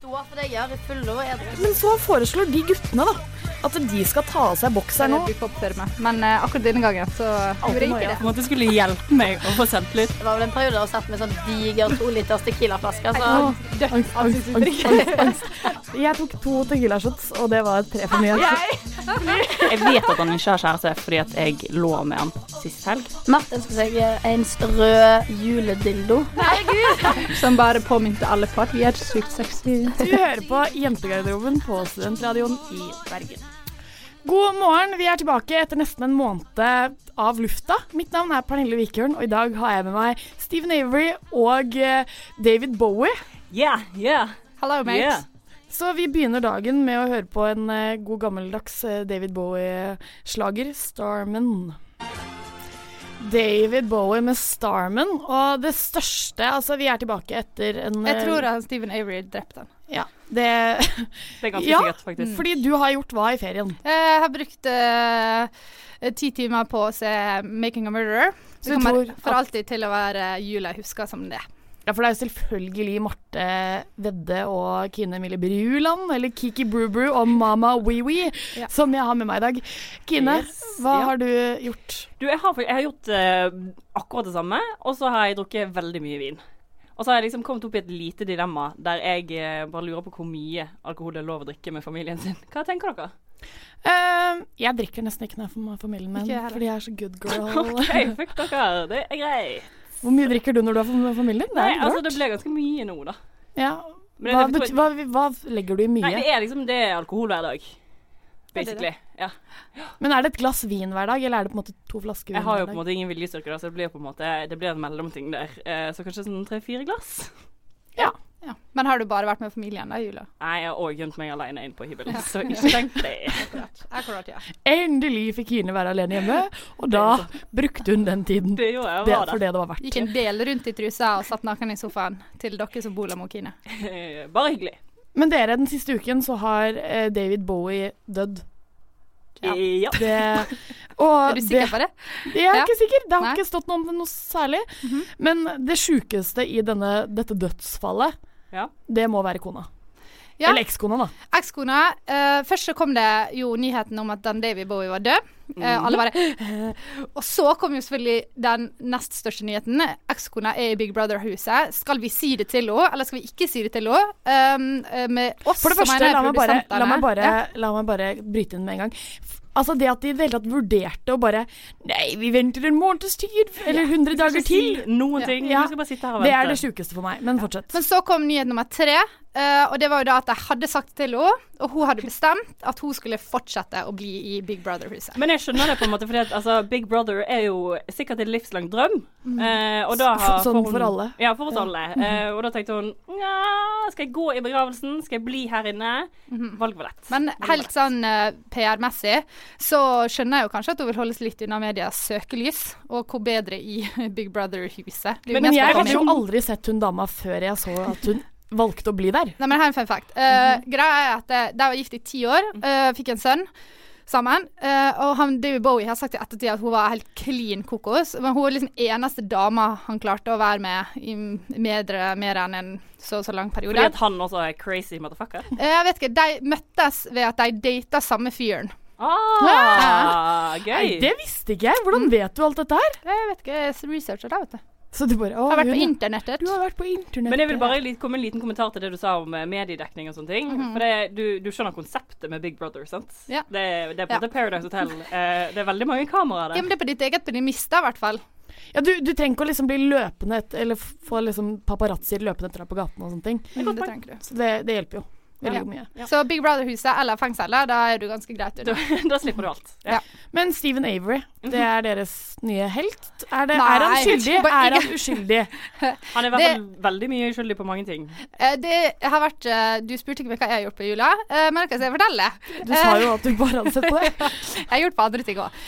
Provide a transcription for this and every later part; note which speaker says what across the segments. Speaker 1: Stå for det jeg gjør i fulle og edru.
Speaker 2: Men så foreslår de guttene da, at de skal ta av seg bokseren nå.
Speaker 3: Jeg vil oppføre meg. Men eh, akkurat denne gangen så gjorde jeg ikke det.
Speaker 4: På en måte skulle hjelpe meg å få selvtillit.
Speaker 1: Det var vel en periode der hun satt med sånn diger to liters Tequila-flaske. Så
Speaker 2: Angst, angst, angst, angst, angst. Jeg tok to Tequila shots, og det var tre for mye.
Speaker 4: Jeg vet at han ikke har kjæreste fordi at jeg lå med han sist helg.
Speaker 1: Martin skulle seg en rød juledildo.
Speaker 3: Som bare påminte alle på at vi er ikke sykt sexy.
Speaker 2: Du hører på Jentegarderoben på Studentradioen i Bergen.
Speaker 5: God morgen, vi er tilbake etter nesten en måned av lufta. Mitt navn er Pernille Wikhjørn, og i dag har jeg med meg Steven Avery og eh, David Bowie.
Speaker 4: Yeah, yeah,
Speaker 3: Hello, mate.
Speaker 4: yeah.
Speaker 5: Så vi begynner dagen med å høre på en eh, god gammeldags eh, David Bowie-slager, 'Starman'. David Bowie med 'Starman', og det største Altså, vi er tilbake etter en eh,
Speaker 3: Jeg tror at Stephen Avery drepte han.
Speaker 5: Ja. Det
Speaker 4: Det er ganske
Speaker 5: Ja. Mm.
Speaker 4: sikkert,
Speaker 3: Mm.
Speaker 4: faktisk.
Speaker 5: Fordi du har gjort hva i ferien?
Speaker 3: Jeg har brukt eh, ti timer på å se 'Making a Murderer'.
Speaker 5: Du
Speaker 3: Det kommer
Speaker 5: tror
Speaker 3: for
Speaker 5: at-
Speaker 3: alltid til å være jula jeg husker som det.
Speaker 5: Ja, for det er jo selvfølgelig Marte Vedde og Kine Mille Bruland, eller Kiki Brubru og Mama Wiwi,
Speaker 3: Ja.
Speaker 5: som jeg har med meg i dag. Kine,
Speaker 4: Yes,
Speaker 5: hva
Speaker 4: ja.
Speaker 5: har du gjort?
Speaker 4: Du, jeg har, fakt- jeg har gjort eh, akkurat det samme, og så har jeg drukket veldig mye vin. Og så har jeg liksom kommet opp i et lite dilemma der jeg eh, bare lurer på hvor mye alkohol det er lov å drikke med familien sin. Hva tenker dere?
Speaker 5: Eh, jeg drikker nesten ikke når jeg får med familien min,
Speaker 3: Ikke jeg heller.
Speaker 5: fordi jeg er så good girl.
Speaker 4: Hei, fuck dere, det er greit.
Speaker 5: Hvor mye drikker du når du er med familien din? Det
Speaker 4: Nei,
Speaker 5: er litt
Speaker 4: altså
Speaker 5: rart.
Speaker 4: det ble ganske mye nå, da.
Speaker 5: ja.
Speaker 4: Men
Speaker 5: hva,
Speaker 4: det-
Speaker 5: bety- hva, hva legger du i mye?
Speaker 4: Nei, det er liksom det er alkohol hver dag. Basically. Ja.
Speaker 5: Men er det et glass vin hver dag, eller er det på en måte to flasker
Speaker 4: Jeg
Speaker 5: vin
Speaker 4: har jo på
Speaker 5: hver
Speaker 4: en
Speaker 5: dag?
Speaker 4: måte ingen viljestyrke, da, så det blir på en måte Det blir en mellomting der. Eh, Så kanskje sånn tre-fire glass.
Speaker 3: Ja. Men har du bare vært med familien da i jula?
Speaker 4: Nei, jeg har òg gjemt meg alene inn på hybelen, så ikke tenk det.
Speaker 3: Akkurat, ja.
Speaker 5: Endelig fikk Kine være alene hjemme, og da brukte hun den tiden.
Speaker 4: Det gjorde jeg.
Speaker 5: Det,
Speaker 4: Var
Speaker 5: for
Speaker 4: det.
Speaker 5: det det var verdt.
Speaker 3: Gikk en del rundt i trusa og satt naken i sofaen til dere som bor sammen med Kine.
Speaker 4: Eh, Bare hyggelig.
Speaker 5: Men dere, den siste uken så har eh, David Bowie dødd.
Speaker 3: Ja.
Speaker 4: Ja.
Speaker 5: Det, og
Speaker 3: Er du sikker
Speaker 5: det,
Speaker 3: på det?
Speaker 5: Jeg er
Speaker 3: Ja.
Speaker 5: ikke sikker. Det har
Speaker 3: Nei.
Speaker 5: ikke stått noe om det noe særlig.
Speaker 4: Mhm.
Speaker 5: Men det sjukeste i denne, dette dødsfallet,
Speaker 4: Ja.
Speaker 5: det må være kona.
Speaker 3: Ja.
Speaker 5: Eller ekskona, da.
Speaker 3: Ekskona. eh, først så kom det jo nyheten om at Dan Davy Bowie var død.
Speaker 5: Mhm.
Speaker 3: Eh, alle bare Og så kom jo selvfølgelig den nest største nyheten. Ekskona er i Big Brother-huset. Skal vi si det til henne, eller skal vi ikke si det til henne? Um, eh, med oss
Speaker 5: For det
Speaker 3: som
Speaker 5: første,
Speaker 3: er
Speaker 5: la meg, bare, la, meg bare,
Speaker 3: Ja.
Speaker 5: la meg bare bryte inn med en gang. F- Altså Det at de i det hele tatt vurderte å bare Nei, vi venter en måneds tid, eller 100 dager
Speaker 4: Ikke si
Speaker 5: til.
Speaker 4: noen ting.
Speaker 5: Ja.
Speaker 4: Du skal bare sitte her og
Speaker 5: Det
Speaker 4: vente.
Speaker 5: er det sjukeste for meg. Men fortsett.
Speaker 3: Men så kom nyhet nummer tre, eh, og det var jo da at de hadde sagt det til henne, og hun hadde bestemt at hun skulle fortsette å bli i Big Brother-huset.
Speaker 4: Men jeg skjønner det på en måte, fordi at altså, Big Brother er jo sikkert en livslang drøm. Eh, og da har,
Speaker 5: Sånn
Speaker 4: får hun-
Speaker 5: Mm. for alle. Mhm.
Speaker 4: Ja, for oss alle. Eh, og da tenkte hun Nja, skal jeg gå i begravelsen? Skal jeg bli her inne?
Speaker 5: Mhm.
Speaker 4: Valg var lett.
Speaker 3: Men helt sånn eh, PR-messig så skjønner jeg jo kanskje at hun vil holdes litt unna medias søkelys, og hvor bedre i Big Brother-huset. Det er jo
Speaker 4: Men
Speaker 5: Men
Speaker 3: mest å
Speaker 5: jeg
Speaker 3: komme
Speaker 5: hadde
Speaker 3: inn.
Speaker 5: jo aldri sett hun dama før jeg så at hun valgte å bli der.
Speaker 3: Nei, men her er en fun fact. Eh, Greia er at eh, de var gift i ti år, eh, fikk en sønn sammen. eh, og han, David Bowie har sagt i ettertid at hun var helt clean kokos. Men hun er liksom eneste dama han klarte å være med i mer, mer enn en så og så lang periode.
Speaker 4: Fordi at han også er crazy motherfucker.
Speaker 3: Eh, jeg vet ikke, De møttes ved at de data samme fyren.
Speaker 4: Ah,
Speaker 5: Nei,
Speaker 4: gøy.
Speaker 5: det visste ikke jeg.
Speaker 3: Mm.
Speaker 5: Hvordan vet du alt dette her?
Speaker 3: Eh, Jeg vet ikke, jeg researcher det, vet du.
Speaker 5: Så du bare, å,
Speaker 3: Har vært på
Speaker 5: hun-
Speaker 3: internettet.
Speaker 5: Du har vært på internett.
Speaker 4: Men jeg vil bare litt- komme med en liten kommentar til det du sa om eh, mediedekning og sånne ting. For det, du, du skjønner konseptet med Big Brother, sant?
Speaker 3: Ja.
Speaker 4: Det, det er på
Speaker 3: Ja.
Speaker 4: en måte Paradise Hotel. Eh, det er veldig mange kameraer der.
Speaker 3: Ja, men det er på ditt eget premiss, da, i hvert fall.
Speaker 5: Ja, du, du trenger ikke å liksom bli løpende et, Eller f- få liksom paparazzier løpende etter deg på gaten og sånne ting.
Speaker 3: Det trenger du.
Speaker 5: Så det, det hjelper jo. Veldig
Speaker 3: Ja.
Speaker 5: mye.
Speaker 3: Så Big Brother-huset eller fengselet, da er du ganske greit
Speaker 4: Da,
Speaker 3: unna.
Speaker 4: da slipper du alt. Ja.
Speaker 5: Men Stephen Avery, det er deres nye helt. Er, det,
Speaker 3: Nei,
Speaker 5: er han skyldig?
Speaker 3: bare
Speaker 5: Er han
Speaker 3: ikke.
Speaker 5: uskyldig?
Speaker 4: Han er i hvert fall veldig mye uskyldig på mange ting.
Speaker 3: Eh, Det har vært eh, Du spurte ikke meg hva jeg har gjort på jula, eh, men hva skal jeg fortelle?
Speaker 5: Du sa jo at du bare hadde sett på det.
Speaker 3: Jeg har gjort på andre ting òg.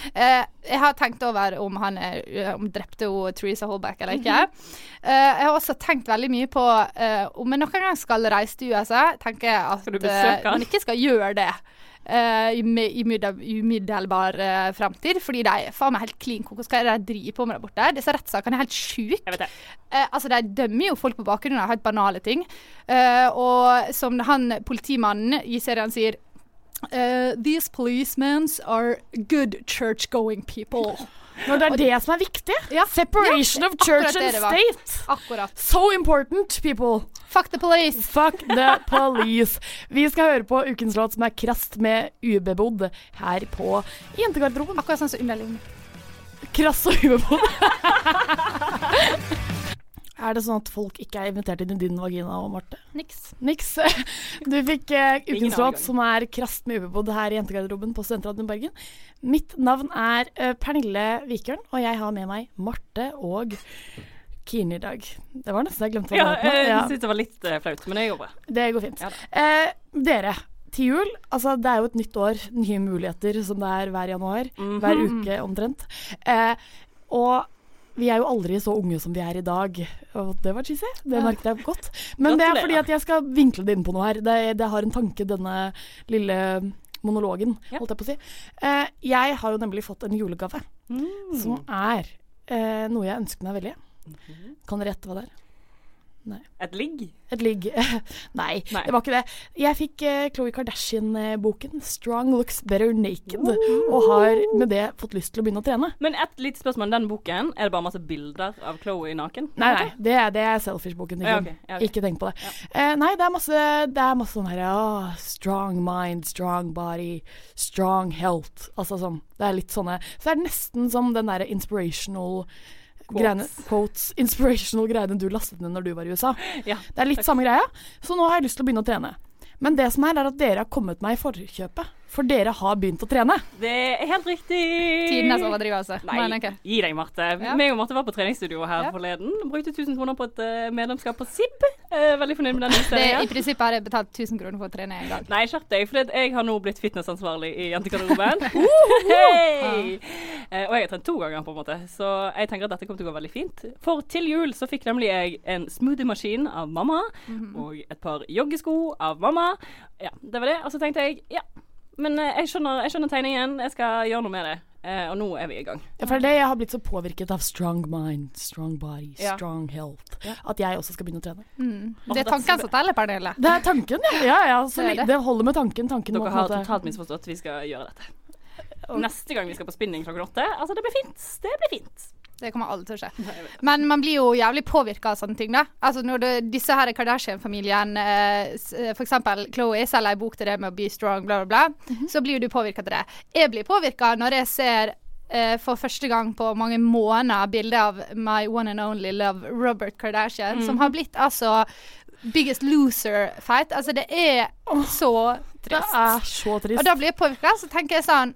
Speaker 3: Jeg har tenkt over om han er- eh, om drepte hun Teresa Holback eller ikke.
Speaker 4: Mhm.
Speaker 3: Eh, Jeg har også tenkt veldig mye på eh, om jeg noen gang skal reise til USA. Tenker jeg at
Speaker 4: du besøke
Speaker 3: eh,
Speaker 4: han?
Speaker 3: man ikke skal gjøre det. eh, i mi- i middel- umiddelbar eh, fremtid. Fordi de er faen meg helt klin kokos. Hva er det de driver på med der borte? Disse rettssakene er helt sjuke.
Speaker 4: Jeg vet det.
Speaker 3: Eh, altså, De dømmer jo folk på bakgrunn av helt banale ting. Eh, og som han politimannen i serien sier eh, These policemen are good church-going people.
Speaker 5: Når det er det som er viktig.
Speaker 3: Ja,
Speaker 5: Separation of
Speaker 3: akkurat
Speaker 5: church
Speaker 3: det
Speaker 5: and
Speaker 3: det var.
Speaker 5: state.
Speaker 3: akkurat.
Speaker 5: So important, people.
Speaker 3: Fuck the police.
Speaker 5: Fuck the police. Vi skal høre på ukens låt som er krast med ubebodd her på Jentegarderoben.
Speaker 3: Akkurat sånn som underliggende.
Speaker 5: Krass og ubebodd. Er det sånn at folk ikke er invitert inn i din vagina og Marte?
Speaker 3: Niks.
Speaker 5: Niks. Du fikk eh,
Speaker 4: Ingen
Speaker 5: ukens låt
Speaker 4: avgang.
Speaker 5: som er krast med ubebodd her i Jentegarderoben på Studentradioen Bergen. Mitt navn er eh, Pernille Vikørn, og jeg har med meg Marte og Kine i dag. Det var nesten jeg glemte hva
Speaker 4: Ja,
Speaker 5: det het. nå.
Speaker 4: jeg
Speaker 5: Ja.
Speaker 4: synes det var litt eh, flaut, men det går bra.
Speaker 5: Det går fint.
Speaker 4: Ja
Speaker 5: eh, dere, til jul altså Det er jo et nytt år, nye muligheter, som det er hver januar.
Speaker 4: Mhm.
Speaker 5: Hver uke omtrent. Eh, og vi er jo aldri så unge som vi er i dag. Og det var cheesy. Det merket jeg godt. Men det er fordi
Speaker 4: Gratulerer.
Speaker 5: at jeg skal vinkle det inn på noe her. Det, det har en tanke, denne lille monologen,
Speaker 4: Ja.
Speaker 5: holdt jeg på å si. Eh, jeg har jo nemlig fått en julegave
Speaker 4: Mm.
Speaker 5: som er eh, noe jeg ønsket meg veldig.
Speaker 4: Mhm.
Speaker 5: Kan dere gjette hva det er?
Speaker 4: Et ligg?
Speaker 5: Et ligg Nei,
Speaker 4: Nei.
Speaker 5: det var ikke det. Jeg fikk eh, Khloe Kardashian-boken 'Strong Looks Better Naked', og har med det fått lyst til å begynne å trene.
Speaker 4: Men et lite spørsmål. Den boken, er det bare masse bilder av Chloé naken?
Speaker 5: Nei, nei, det er, det er Selfish-boken. til
Speaker 4: Ja,
Speaker 5: Kim.
Speaker 4: ok, ja, ok.
Speaker 5: Ikke tenk på det. Eh, nei, det er masse, det er masse sånn her «Åh, Strong mind, strong body, strong health. Altså sånn. Det er litt sånne Så det er nesten som den derre inspirational Greiene, quotes, inspirational greiene du lastet ned når du var i USA.
Speaker 4: Ja,
Speaker 5: det er litt samme greia, så nå har jeg lyst til å begynne å trene. Men det som er, er at dere har kommet meg i forkjøpet, for dere har begynt å trene.
Speaker 4: Det er helt riktig!
Speaker 3: Tidenes overdrivelse. altså.
Speaker 4: Nei,
Speaker 3: Men ok.
Speaker 4: gi deg, Marte.
Speaker 3: Ja.
Speaker 4: Meg og Marte var på treningsstudio her
Speaker 3: Ja.
Speaker 4: forleden. Brukte 1000 kroner på et eh, medlemskap på SIB. Eh, veldig fornøyd med den
Speaker 3: Det, I
Speaker 4: investeringen.
Speaker 3: prinsippet har jeg betalt 1000 kroner for å trene en gang.
Speaker 4: Nei, skjerp deg, for jeg har nå blitt fitnessansvarlig i jentegarderoben. Hei! Eh, og jeg har trent to ganger, på en måte, så jeg tenker at dette kommer til å gå veldig fint. For til jul så fikk nemlig jeg en smoothiemaskin av mamma,
Speaker 3: Mhm.
Speaker 4: og et par joggesko av mamma. Ja, det var det. Og så tenkte jeg ja, men eh, jeg skjønner, jeg skjønner tegningen, jeg skal gjøre noe med det. Eh, og nå er vi i gang.
Speaker 5: Ja, for det er det jeg har blitt så påvirket av strong mind, strong body,
Speaker 4: Ja.
Speaker 5: strong health, at jeg også skal begynne å trene.
Speaker 3: Mm. Det er tanken som teller, Pernille.
Speaker 5: Det er tanken, ja. ja, ja så
Speaker 3: Det er
Speaker 5: det,
Speaker 3: det.
Speaker 5: det holder med tanken. tanken må på en
Speaker 4: Dere har
Speaker 5: måte-
Speaker 4: totalt misforstått. Vi skal gjøre dette. Neste gang vi skal på spinning klokken åtte. Altså, det blir fint. Det blir fint.
Speaker 3: Det kommer aldri til å skje. Men man blir jo jævlig påvirka av sånne ting, da. Altså når det, disse her Kardashian-familien, eh, s- eh, for eksempel Chloé, selger ei bok til det med å be strong, bla, bla, bla,
Speaker 5: Mhm.
Speaker 3: så blir jo du påvirka til det. Jeg blir påvirka når jeg ser eh, for første gang på mange måneder bilde av my one and only love, Robert Kardashian,
Speaker 5: Mhm.
Speaker 3: som har blitt altså biggest loser-feit. Altså det er så
Speaker 5: Det
Speaker 3: trist.
Speaker 5: er så trist.
Speaker 3: Og da blir jeg påvirka, så tenker jeg sånn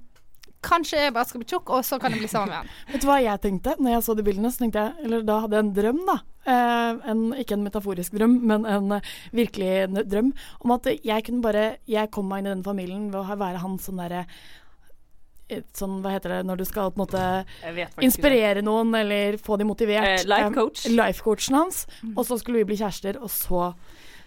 Speaker 3: Kanskje jeg bare skal bli tjukk, og så kan jeg bli sammen med han.
Speaker 5: Vet du hva jeg tenkte når jeg så de bildene? Så tenkte jeg, eller Da hadde jeg en drøm, da. Eh, en, ikke en metaforisk drøm, men en eh, virkelig n- drøm. Om at jeg kunne bare Jeg kom meg inn i den familien ved å ha- være han sånn derre eh, Sånn, hva heter det når du skal på en måte
Speaker 4: Jeg vet faktisk ikke.
Speaker 5: inspirere noen eller få dem motivert?
Speaker 4: Eh, life coach.
Speaker 5: Eh, life coachen hans.
Speaker 3: Mm.
Speaker 5: Og så skulle vi bli kjærester, og så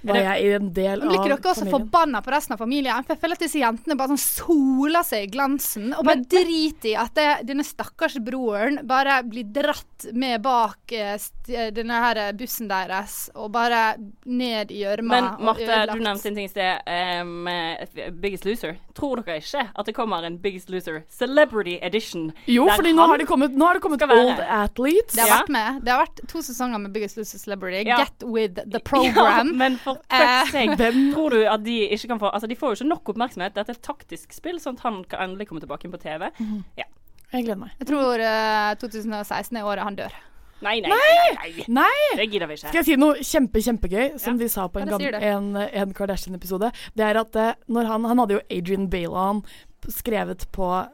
Speaker 5: var
Speaker 4: det-
Speaker 5: jeg i en del av
Speaker 3: Men blir ikke dere også
Speaker 5: familien.
Speaker 3: forbanna på resten av familien? For jeg føler at disse jentene bare sånn soler seg i glansen, og bare driter i at det, denne stakkars broren bare blir dratt med bak eh, st- denne her bussen deres, og bare ned i gjørma.
Speaker 4: Men
Speaker 3: og
Speaker 4: Marte,
Speaker 3: ødelagt.
Speaker 4: du nevnte en ting i sted. em, eh, biggest Loser. Tror dere ikke at det kommer en Biggest Loser Celebrity Edition?
Speaker 5: Jo,
Speaker 4: der
Speaker 5: fordi nå
Speaker 4: han-
Speaker 5: har det kommet, nå har det kommet
Speaker 4: skal være-
Speaker 5: old athletes.
Speaker 3: Det har
Speaker 4: Ja.
Speaker 3: vært med. Det har vært to sesonger med Biggest Loser Celebrity.
Speaker 4: Ja.
Speaker 3: Get with the
Speaker 4: Ja,
Speaker 3: program.
Speaker 4: men for
Speaker 3: Eh,
Speaker 4: fuck's sake, tror du at de ikke kan få Altså, de får jo ikke nok oppmerksomhet. Dette er et taktisk spill, sånn at han kan endelig komme tilbake inn på TV. Ja.
Speaker 5: Jeg gleder meg.
Speaker 3: Jeg tror eh, 2016 er året han dør.
Speaker 4: Nei, nei, nei, nei.
Speaker 5: Nei!
Speaker 4: Det gidder vi ikke.
Speaker 5: Skal jeg si noe kjempe, kjempegøy, som de sa på en,
Speaker 3: bare sier
Speaker 5: gammel,
Speaker 3: det.
Speaker 5: en, en Kardashian-episode? Det er at eh, når han, han hadde jo Adrian Baylon skrevet på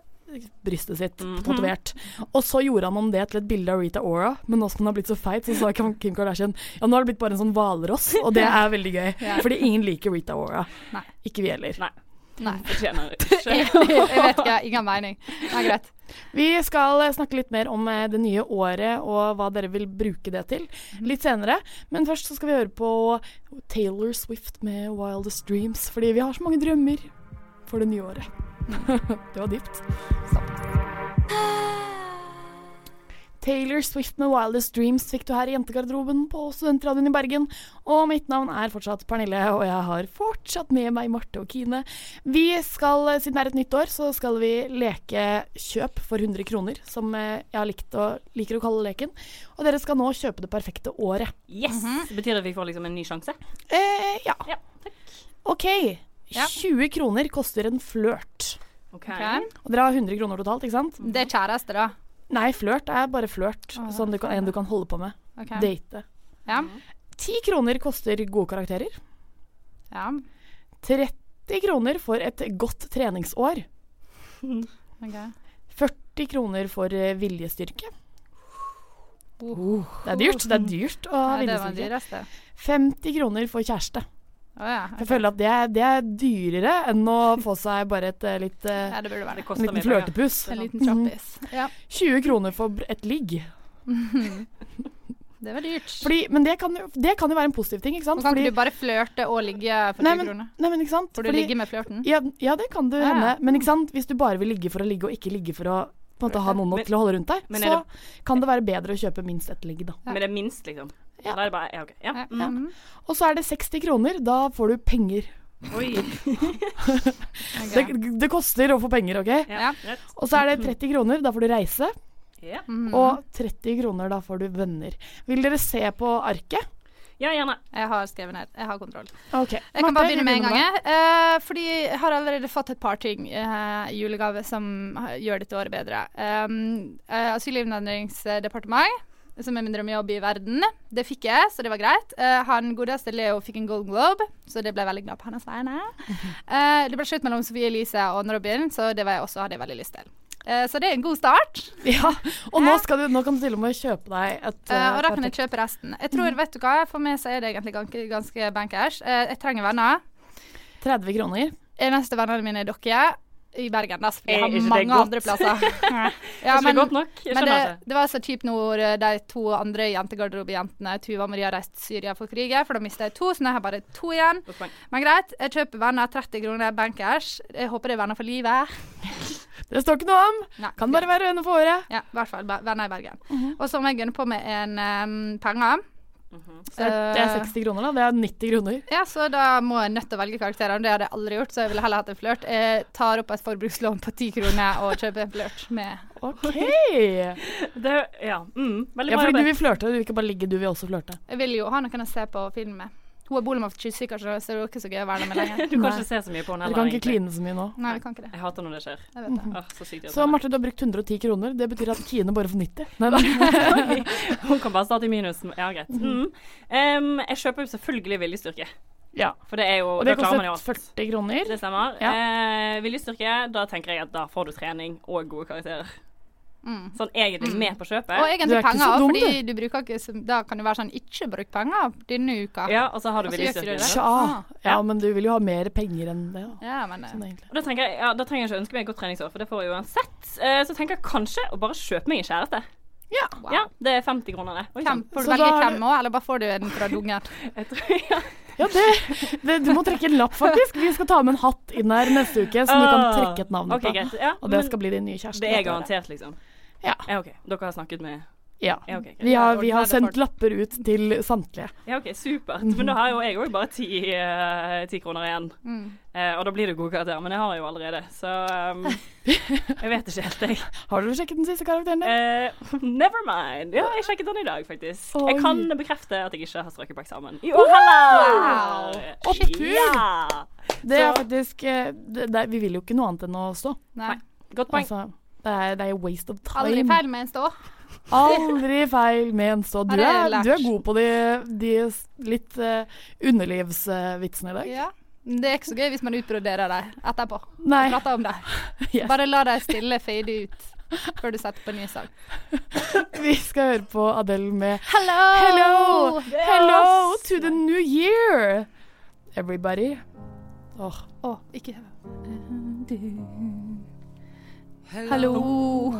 Speaker 5: brystet sitt, tatovert. Og så gjorde han om det til et bilde av Rita Ora, men nå som hun har blitt så feit, så sa Kim Kim Kardashian ja, nå har det blitt bare en sånn hvalross, og det er veldig gøy. Fordi ingen liker Rita Ora.
Speaker 3: Nei.
Speaker 5: Ikke vi heller.
Speaker 4: Nei.
Speaker 3: Nei.
Speaker 4: Fortjener
Speaker 3: Jeg,
Speaker 4: ikke.
Speaker 3: jeg vet ikke. Ingen mening. Nei, greit.
Speaker 5: Vi skal eh, snakke litt mer om eh, det nye året og hva dere vil bruke det til litt senere. Men først så skal vi høre på Taylor Swift med 'Wildest Dreams', fordi vi har så mange drømmer for det nye året. Det var dypt. Taylor Swift med 'Wildest Dreams' fikk du her i jentegarderoben på Studentradioen i Bergen. Og mitt navn er fortsatt Pernille, og jeg har fortsatt med meg Marte og Kine. Vi skal, eh, Siden det er et nytt år, så skal vi leke kjøp for 100 kroner, som eh, jeg har likt og liker å kalle leken. Og dere skal nå kjøpe det perfekte året.
Speaker 4: Yes! Betyr det at vi får liksom en ny sjanse?
Speaker 5: Eh, ja.
Speaker 4: Ja, takk.
Speaker 5: OK. 20 kroner koster en flørt.
Speaker 4: OK.
Speaker 3: Ok.
Speaker 5: Og dere har 100 kroner totalt, ikke sant?
Speaker 3: Det er kjæreste, da.
Speaker 5: Nei, flørt er bare flørt. Sånn du kan, en du kan holde på med.
Speaker 3: Ok.
Speaker 5: Date.
Speaker 3: Ja.
Speaker 5: 10 kroner koster gode karakterer.
Speaker 3: ja.
Speaker 5: 30 kroner for et godt treningsår.
Speaker 3: ok.
Speaker 5: 40 kroner for eh, viljestyrke.
Speaker 3: Oh.
Speaker 5: Det er dyrt. Det er dyrt å ha
Speaker 3: Nei, det var den
Speaker 5: viljestyrke.
Speaker 3: dyreste.
Speaker 5: 50 kroner for kjæreste.
Speaker 3: Å ja.
Speaker 5: Jeg føler at det, er- det er dyrere enn å få seg bare et eh, litt eh,
Speaker 3: ja. Det burde
Speaker 4: Det
Speaker 3: være
Speaker 5: en
Speaker 4: koster
Speaker 5: liten
Speaker 4: mer penger.
Speaker 5: flørtepuss.
Speaker 3: en liten kjappis. Mhm. Ja.
Speaker 5: 20 kroner for br- et ligg.
Speaker 3: Det var dyrt.
Speaker 5: Fordi, men det kan, jo- det kan jo være en positiv ting, ikke sant?
Speaker 3: Og kan
Speaker 5: Fordi,
Speaker 3: ikke du bare flørte og ligge for 20
Speaker 5: nei, men,
Speaker 3: kroner?
Speaker 5: nei, men ikke sant?
Speaker 3: For du
Speaker 5: Fordi-
Speaker 3: ligger med flørten?
Speaker 5: Ja, ja, det kan du
Speaker 3: Ja, ja.
Speaker 5: hende. Men ikke sant? hvis du bare vil ligge for å ligge, og ikke ligge for å på en måte, ha noen nok
Speaker 4: Men-
Speaker 5: til å holde rundt deg,
Speaker 4: men er
Speaker 5: så kan det være bedre å kjøpe minst ett ligg, da.
Speaker 3: Ja.
Speaker 4: Men det er minst, liksom.
Speaker 5: Ja.
Speaker 4: Da er det bare Ja, OK. Ja.
Speaker 3: Ja.
Speaker 4: Mm.
Speaker 3: Mhm.
Speaker 5: Og så er det 60 kroner. Da får du penger.
Speaker 4: Oi.
Speaker 3: Ok.
Speaker 5: Det, det koster å få penger, OK?
Speaker 4: Ja.
Speaker 3: Ja.
Speaker 4: Rett.
Speaker 5: Og så er det 30 kroner. Da får du reise.
Speaker 4: Ja.
Speaker 3: Mhm.
Speaker 5: Og 30 kroner, da får du venner. Vil dere se på arket?
Speaker 4: ja, gjerne.
Speaker 3: Jeg har skrevet ned. Jeg har kontroll.
Speaker 5: OK.
Speaker 3: Jeg kan bare begynne med en gang. jeg. Eh, fordi jeg har allerede fått et par ting eh, i julegave som ha- gjør dette året bedre. Um, eh, Asyl- og innvandringsdepartementet, som er min drømmejobb i verden, det fikk jeg, så det var greit. Eh, han godeste Leo fikk en Golden Globe, så det ble veldig glad på hans vegne. Eh, det ble slutt mellom Sofie Elise og Robin, så det var jeg også hadde jeg veldig lyst til. Eh, så det er en god start.
Speaker 5: Ja. Og nå, skal du, nå kan du til og med kjøpe deg et
Speaker 3: Eh, og da
Speaker 5: eh,
Speaker 3: kan jeg
Speaker 5: perfekt-
Speaker 3: kjøpe resten. Jeg tror, vet du hva, For meg så er det egentlig ganske, ganske bankers. Eh, jeg trenger venner.
Speaker 5: 30 kroner.
Speaker 3: Eneste Eh, vennene mine er dere i Bergen. Da, fordi jeg
Speaker 4: Er
Speaker 3: har
Speaker 4: ikke det
Speaker 3: mange
Speaker 4: godt?
Speaker 3: andre plasser.
Speaker 4: Ja,
Speaker 3: ja,
Speaker 4: men,
Speaker 3: men,
Speaker 4: godt nok? Jeg
Speaker 3: men det,
Speaker 4: skjønner ikke.
Speaker 3: det var så kjipt når eh, de to andre jentegarderobejentene Tuva og Maria reiste til Syria for krigen, for da mista jeg to, så nå har jeg bare to igjen.
Speaker 4: Godt poeng.
Speaker 3: Men greit, jeg kjøper venner 30 kroner bankers. Jeg håper det er venner for livet.
Speaker 5: Det står ikke noe om.
Speaker 3: Nei,
Speaker 5: Kan bare være venner for året.
Speaker 3: Ja, i hvert fall ba- venner i Bergen. Og så må jeg gunne på med en em, penger.
Speaker 5: Så det er
Speaker 3: Eh,
Speaker 5: 60 kroner, da. Det er 90 kroner.
Speaker 3: Ja, så da må jeg nødt til å velge karakterer. og Det hadde jeg aldri gjort, så jeg ville heller hatt en flørt. Jeg tar opp et forbrukslån på ti kroner og kjøper en flørt med
Speaker 5: OK.
Speaker 4: Det, ja. Mm, veldig
Speaker 5: Ja,
Speaker 4: bra
Speaker 5: fordi du
Speaker 4: jobbet.
Speaker 5: vil flørte, du vil ikke bare ligge, du vil også flørte.
Speaker 3: Jeg vil jo ha noen å se på film med. Hun er boligmaft kyssyker, så det er jo ikke så gøy å være med lenger.
Speaker 4: Du kan ikke se så mye på
Speaker 5: Du
Speaker 4: henne heller.
Speaker 5: kan ikke
Speaker 4: egentlig.
Speaker 5: kline så mye nå.
Speaker 3: Nei, vi kan ikke det.
Speaker 4: Jeg hater når det skjer.
Speaker 3: Jeg vet det.
Speaker 4: Åh, så sykt
Speaker 5: Så
Speaker 4: irriterende.
Speaker 5: Marte, du har brukt 110 kroner. Det betyr at Kine bare får 90. Nei, nei.
Speaker 4: Hun kan bare starte i minus. Ja, greit.
Speaker 5: Mhm.
Speaker 4: Mm. Em, jeg kjøper jo selvfølgelig viljestyrke.
Speaker 5: Ja.
Speaker 4: For det er jo
Speaker 5: Og det
Speaker 4: da klarer man jo
Speaker 5: kostet
Speaker 4: alt.
Speaker 5: 40 kroner.
Speaker 4: Det stemmer.
Speaker 5: Ja.
Speaker 4: Eh, viljestyrke, da tenker jeg at da får du trening og gode karakterer.
Speaker 3: Mm.
Speaker 4: Sånn egentlig
Speaker 5: Mhm.
Speaker 4: med på kjøpet.
Speaker 3: Og
Speaker 5: Du er
Speaker 3: egentlig
Speaker 5: ikke
Speaker 3: penger,
Speaker 5: så dum,
Speaker 3: også, fordi du bruker ikke så, Da kan det være sånn Ikke bruk penger denne uka.
Speaker 4: Ja, og så har du
Speaker 3: Og
Speaker 5: Altså,
Speaker 3: så gjør ikke
Speaker 4: viljestyrke.
Speaker 3: du det.
Speaker 5: Tja. Ja, men du vil jo ha mer penger enn det. Da.
Speaker 3: Ja, men eh,
Speaker 5: Sånn egentlig.
Speaker 4: Og da tenker, jeg, ja, da trenger jeg ikke ønske meg et godt treningsår, for det får jeg uansett. Eh, så tenker jeg kanskje å bare kjøpe meg en kjæreste.
Speaker 3: wow.
Speaker 4: Ja, det er 50 kroner, det. Oi,
Speaker 3: Hvem,
Speaker 4: sant.
Speaker 3: får du
Speaker 5: Så da
Speaker 3: velge
Speaker 5: har
Speaker 3: hvem
Speaker 5: du-
Speaker 3: òg, eller bare får du en fra dungen?
Speaker 4: Jeg tror, ja.
Speaker 5: Ja, det, det, du må trekke en lapp, faktisk. Vi skal ta med en hatt inn her neste uke, som du kan trekke et navn
Speaker 4: Ah. Ok,
Speaker 5: på.
Speaker 4: greit. Ja,
Speaker 5: Og det
Speaker 4: men
Speaker 5: skal bli din nye kjæreste.
Speaker 4: det er garantert, liksom.
Speaker 5: Ja.
Speaker 4: ja OK. Dere har snakket med
Speaker 5: Ja.
Speaker 4: Ja, OK. greit.
Speaker 5: Vi har, vi har
Speaker 3: Ordinære folk.
Speaker 5: sendt lapper ut til samtlige.
Speaker 4: Ja, ok, Supert. Men da har jo jeg òg bare ti, eh, ti kroner igjen.
Speaker 3: Mm.
Speaker 4: Eh, og da blir det gode karakterer, men det har jeg jo allerede, så um, Jeg vet ikke helt, jeg.
Speaker 5: Har du sjekket den siste karakteren din?
Speaker 4: Eh, never mind. Ja, jeg sjekket den i dag, faktisk. Jeg
Speaker 5: Oi.
Speaker 4: kan bekrefte at jeg ikke har strøket på eksamen. Jo, heller!
Speaker 5: Opptur!
Speaker 4: Ja.
Speaker 5: Det er
Speaker 4: så-
Speaker 5: faktisk eh, det, det, Vi vil jo ikke noe annet enn å stå.
Speaker 3: Nei.
Speaker 4: Godt poeng.
Speaker 5: Altså, det er, det er waste of time.
Speaker 3: Aldri feil med en stå.
Speaker 5: Aldri feil ment, så du
Speaker 3: Har jeg
Speaker 5: er,
Speaker 3: lært.
Speaker 5: du er god på de, de s- litt eh, underlivsvitsene i dag.
Speaker 3: Ja. Det er ikke så gøy hvis man utbroderer dem etterpå.
Speaker 5: Nei.
Speaker 3: Prate om dem.
Speaker 5: Yes.
Speaker 3: Bare la dem stille fade ut før du setter på en ny sang.
Speaker 5: Vi skal høre på Adele med
Speaker 3: Hello!
Speaker 5: Hello!
Speaker 4: Det er
Speaker 5: Hello
Speaker 4: oss.
Speaker 5: to the new year! Everybody. Åh,
Speaker 3: Å, ikke Hallo.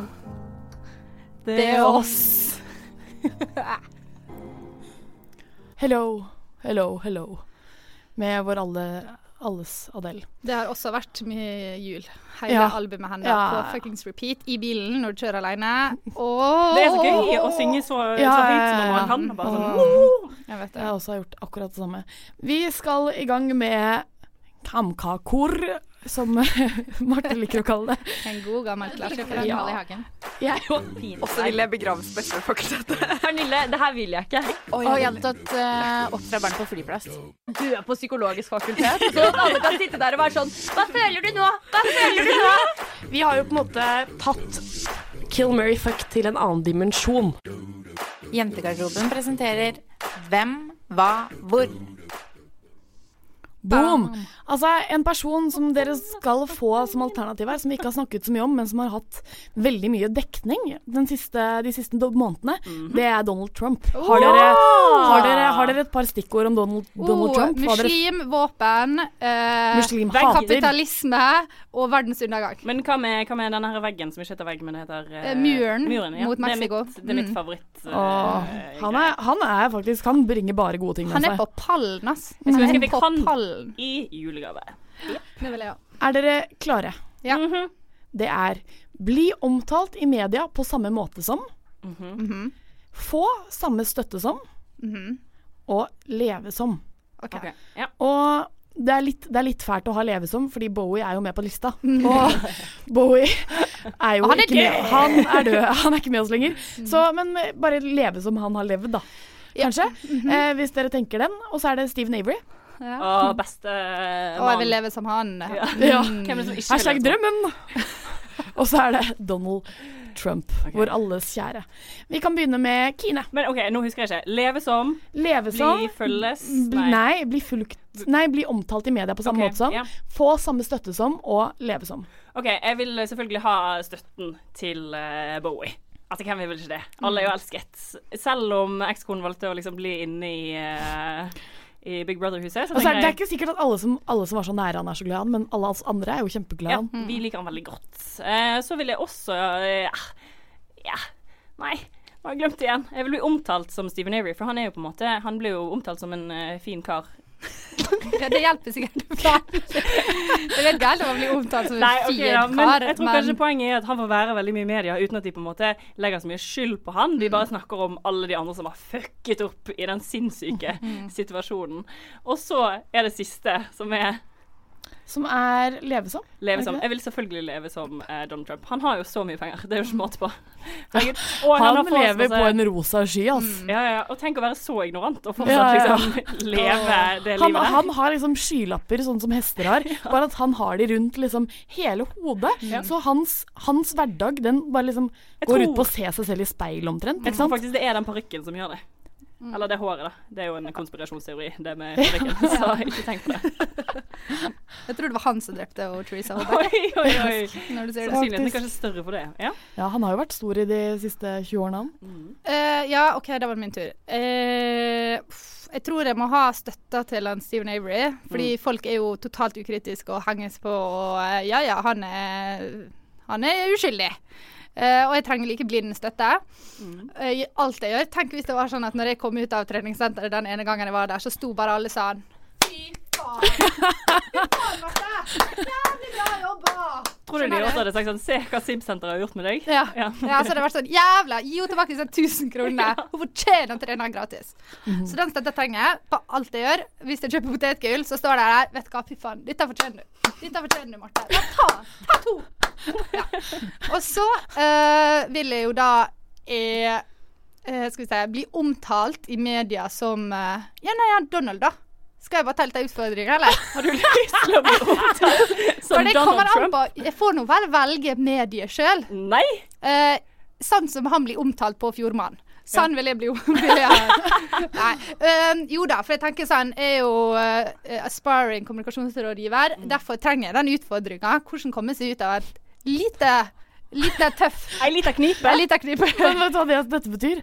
Speaker 3: Det er oss.
Speaker 5: Hello, hello, hello. Med vår alle, alles Adele.
Speaker 3: Det har også vært mye jul. Hele
Speaker 5: Ja.
Speaker 3: albumet hennes
Speaker 5: Ja.
Speaker 3: på fuckings repeat i bilen når du kjører alene. Åh!
Speaker 4: Det er så gøy å synge så, så
Speaker 5: Ja,
Speaker 4: høyt
Speaker 5: ja,
Speaker 4: som
Speaker 5: ja.
Speaker 4: man kan. og Bare sånn,
Speaker 5: Åh.
Speaker 4: «Woo!»
Speaker 3: Jeg
Speaker 5: Jeg
Speaker 3: vet det.
Speaker 5: har også gjort akkurat det samme. Vi skal i gang med kamkakor, som Marte liker å kalle det.
Speaker 3: En god gammel klassiker.
Speaker 5: Ja.
Speaker 3: Mal i hagen.
Speaker 5: Jeg og
Speaker 6: Og så ville jeg begraves på SV-fakultetet.
Speaker 7: Pernille, det her vil jeg ikke.
Speaker 1: Og jeg hadde tatt eh, opp fra barn på flyplass.
Speaker 7: Du er på psykologisk fakultet, så at alle kan sitte der og være sånn Hva føler du nå? Hva føler du nå?
Speaker 8: Vi har jo på en måte tatt Kill Mary Fuck til en annen dimensjon.
Speaker 1: Jentegarderoben presenterer Hvem, hva, hvor.
Speaker 5: Boom! Altså, en person som dere skal få som alternativ her, som vi ikke har snakket så mye om, men som har hatt veldig mye dekning den siste, de siste do- månedene,
Speaker 8: Mhm.
Speaker 5: det er Donald Trump. Har dere, har, dere, har dere et par stikkord om Donald, Donald
Speaker 3: Oh,
Speaker 5: Trump? Har dere
Speaker 3: muslim, våpen, eh,
Speaker 5: muslimhater?
Speaker 3: kapitalisme og verdens undergang.
Speaker 4: Men hva med, hva med denne her veggen som ikke heter vegg, men det heter eh,
Speaker 3: Eh, muren
Speaker 4: muren, ja.
Speaker 3: mot Mexico.
Speaker 4: Det er mitt, det er
Speaker 3: Mm.
Speaker 4: mitt favoritt. eh,
Speaker 5: Åh, Han er, han er faktisk Han bringer bare gode ting med
Speaker 3: Han er
Speaker 5: seg.
Speaker 3: på pallen, ass.
Speaker 4: Jeg skulle
Speaker 3: Han
Speaker 4: ønske
Speaker 3: er
Speaker 4: vi
Speaker 3: på
Speaker 4: kan-
Speaker 3: pallen.
Speaker 4: I julegave.
Speaker 3: Det vil jeg ha.
Speaker 5: Er dere klare?
Speaker 3: Ja.
Speaker 4: Mhm.
Speaker 5: Det er bli omtalt i media på samme måte som,
Speaker 3: Mhm.
Speaker 5: få samme støtte som,
Speaker 3: Mhm.
Speaker 5: og leve som.
Speaker 3: Ok.
Speaker 4: Ok, Ja.
Speaker 5: Og det er, litt, det er litt fælt å ha leve som, fordi Bowie er jo med på lista. Og Bowie er jo
Speaker 3: Mm. Og han er Mm.
Speaker 5: ikke med. Han er død. Han er ikke med oss lenger. Så, men bare leve som han har levd, da. Kanskje.
Speaker 3: Mhm.
Speaker 5: eh, hvis dere tenker den. Og så er det Steve Navery.
Speaker 3: Ja.
Speaker 4: Og beste
Speaker 3: Og jeg vil
Speaker 4: mann.
Speaker 3: leve som han.
Speaker 5: Ja.
Speaker 4: Hvem er det som ikke vil
Speaker 5: Hashtag
Speaker 4: leve sånn?
Speaker 5: drømmen. Og så er det Donald Trump, vår alles kjære. Vi kan begynne med Kine.
Speaker 4: Men OK, nå husker jeg ikke. Leve som,
Speaker 5: Leve som.
Speaker 4: bli, følges
Speaker 5: Bli, nei, bli fulgt Nei, bli omtalt i media på samme
Speaker 4: Ok,
Speaker 5: måte som.
Speaker 4: ja.
Speaker 5: Få samme støtte som, og leve som.
Speaker 4: OK, jeg vil selvfølgelig ha støtten til eh, Bowie. Altså, hvem vil ikke det? Alle
Speaker 5: Mm.
Speaker 4: er jo elsket. Selv om ekskonen valgte å liksom bli inne i, eh, i Big Brother-huset, så
Speaker 5: Og så er, Altså, det- det er
Speaker 4: tenker
Speaker 5: ikke sikkert at alle som, alle som var så nære han, er så glad i han, men alle oss andre er jo kjempeglad i
Speaker 4: Ja,
Speaker 5: han.
Speaker 4: vi liker han veldig godt. Eh, så vil jeg også eh, Ja. Nei, nå har jeg glemt det igjen. Jeg vil bli omtalt som Stephen Avery, for han er jo på en måte Han blir jo omtalt som en eh, fin kar.
Speaker 3: Ja, det hjelper sikkert. Det er litt galt å bli omtalt som en
Speaker 4: Nei, ok,
Speaker 3: fin
Speaker 4: ja,
Speaker 3: kar,
Speaker 4: men jeg tror kanskje poenget er at han får være veldig mye i media uten at de på en måte legger så mye skyld på han. De
Speaker 5: Mm.
Speaker 4: bare snakker om alle de andre som har fucket opp i den sinnssyke
Speaker 5: Mm.
Speaker 4: situasjonen. Og så er det siste, som er
Speaker 5: Som er leve som.
Speaker 4: leve som.
Speaker 5: det?
Speaker 4: Jeg vil selvfølgelig leve som eh, Donald Trump. Han har jo så mye penger, det er jo ikke måte på. Herregud. Og
Speaker 5: Han,
Speaker 4: har fått
Speaker 5: lever
Speaker 4: masse-
Speaker 5: på en rosa sky, ass.
Speaker 4: ja, ja, ja. Og tenk å være så ignorant og fortsatt
Speaker 5: Ja, ja.
Speaker 4: liksom leve det
Speaker 5: Han,
Speaker 4: livet der.
Speaker 5: han har liksom skylapper, sånn som hester har, bare at han har de rundt liksom hele hodet. Så hans, hans hverdag, den bare liksom
Speaker 4: Jeg
Speaker 5: går
Speaker 4: tror-
Speaker 5: ut på å se seg selv i speil, omtrent. Ikke
Speaker 4: Jeg tror
Speaker 5: sant?
Speaker 4: faktisk det er den parykken som gjør det.
Speaker 5: Mm.
Speaker 4: Eller det håret, da. Det er jo en konspirasjonsteori, det med parykken. Så ikke tenk på det.
Speaker 3: Jeg tror det var han som drepte og Theresa Holberg.
Speaker 4: Oi, oi, oi.
Speaker 3: Når du sier det.
Speaker 4: Sannsynligheten er kanskje større for det. Ja.
Speaker 5: Ja, han har jo vært stor i de siste 20 årene, han.
Speaker 3: Eh, ja, OK, det var min tur. Eh, pff, jeg tror jeg må ha støtta til han Steven Avery, fordi
Speaker 4: Mm.
Speaker 3: folk er jo totalt ukritiske og henges på og eh, Ja ja, han er, han er uskyldig. Eh, og jeg trenger like blind støtte.
Speaker 4: Mm.
Speaker 3: Eh, I alt jeg gjør. Tenk hvis det var sånn at når jeg kom ut av treningssenteret den ene gangen jeg var der, så sto bare alle sånn Fy faen! Fy faen, Marte! Jævlig bra jobba!
Speaker 4: Tror du de også hadde sagt sånn Se hva Sib-senteret har gjort med deg.
Speaker 3: Ja.
Speaker 4: Ja.
Speaker 3: ja. så det har vært sånn Jævla, gi henne tilbake disse 1000 kronene! Hun fortjener å trene gratis.
Speaker 4: Mhm.
Speaker 3: Så den støtta trenger jeg på alt jeg gjør. Hvis jeg kjøper potetgull, så står det her Vet du hva, fy faen, dette fortjener du. Dette fortjener du, Marte. Ja, ta, ta to! Ja. Og så eh, vil jeg jo da eh, eh, Skal vi si Bli omtalt i media som eh, Ja, nei, ja, Donald, da. Skal jeg bare ta litt av utfordringa, eller?
Speaker 4: Har du lyst til å bli omtalt
Speaker 3: For
Speaker 4: som
Speaker 3: det kommer
Speaker 4: Donald
Speaker 3: an
Speaker 4: Trump?
Speaker 3: på Jeg får nå vel velge mediet sjøl.
Speaker 4: Nei.
Speaker 3: Eh, sånn som han blir omtalt på Fjordmann. Sånn vil jeg bli omtalt. Nei. Um, jo da, for jeg tenker sånn er jo eh, aspiring kommunikasjonsrådgiver. Derfor trenger jeg den utfordringa. Hvordan komme seg ut av et lite, lite tøff
Speaker 4: Ei lita knipe.
Speaker 3: en liten knipe.
Speaker 5: Men vet du hva det, dette betyr?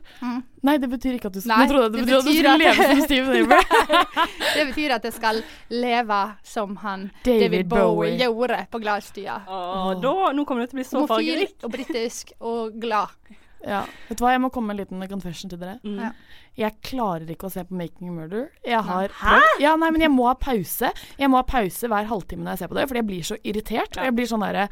Speaker 5: Nei, det betyr ikke at du
Speaker 3: Nei,
Speaker 5: Nå trodde jeg det
Speaker 3: det
Speaker 5: betydde at du
Speaker 3: betyr
Speaker 5: skulle
Speaker 3: at-
Speaker 5: leve som Steven Avery.
Speaker 3: Det betyr at jeg skal leve som han David,
Speaker 5: David
Speaker 3: Bowie,
Speaker 5: Bowie.
Speaker 3: gjorde på Gladstua.
Speaker 4: Og da, nå kommer det til å bli så
Speaker 3: Homofil
Speaker 4: fargerikt.
Speaker 3: og britisk og glad.
Speaker 5: Ja. Vet du hva, jeg må komme med en liten confession til dere.
Speaker 4: Mm.
Speaker 3: Ja.
Speaker 5: Jeg klarer ikke å se på 'Making a Murder'. Jeg har prøvd. Ja, nei, men jeg må ha pause. Jeg må ha pause hver halvtime når jeg ser på det, fordi jeg blir så irritert. Og jeg blir sånn derre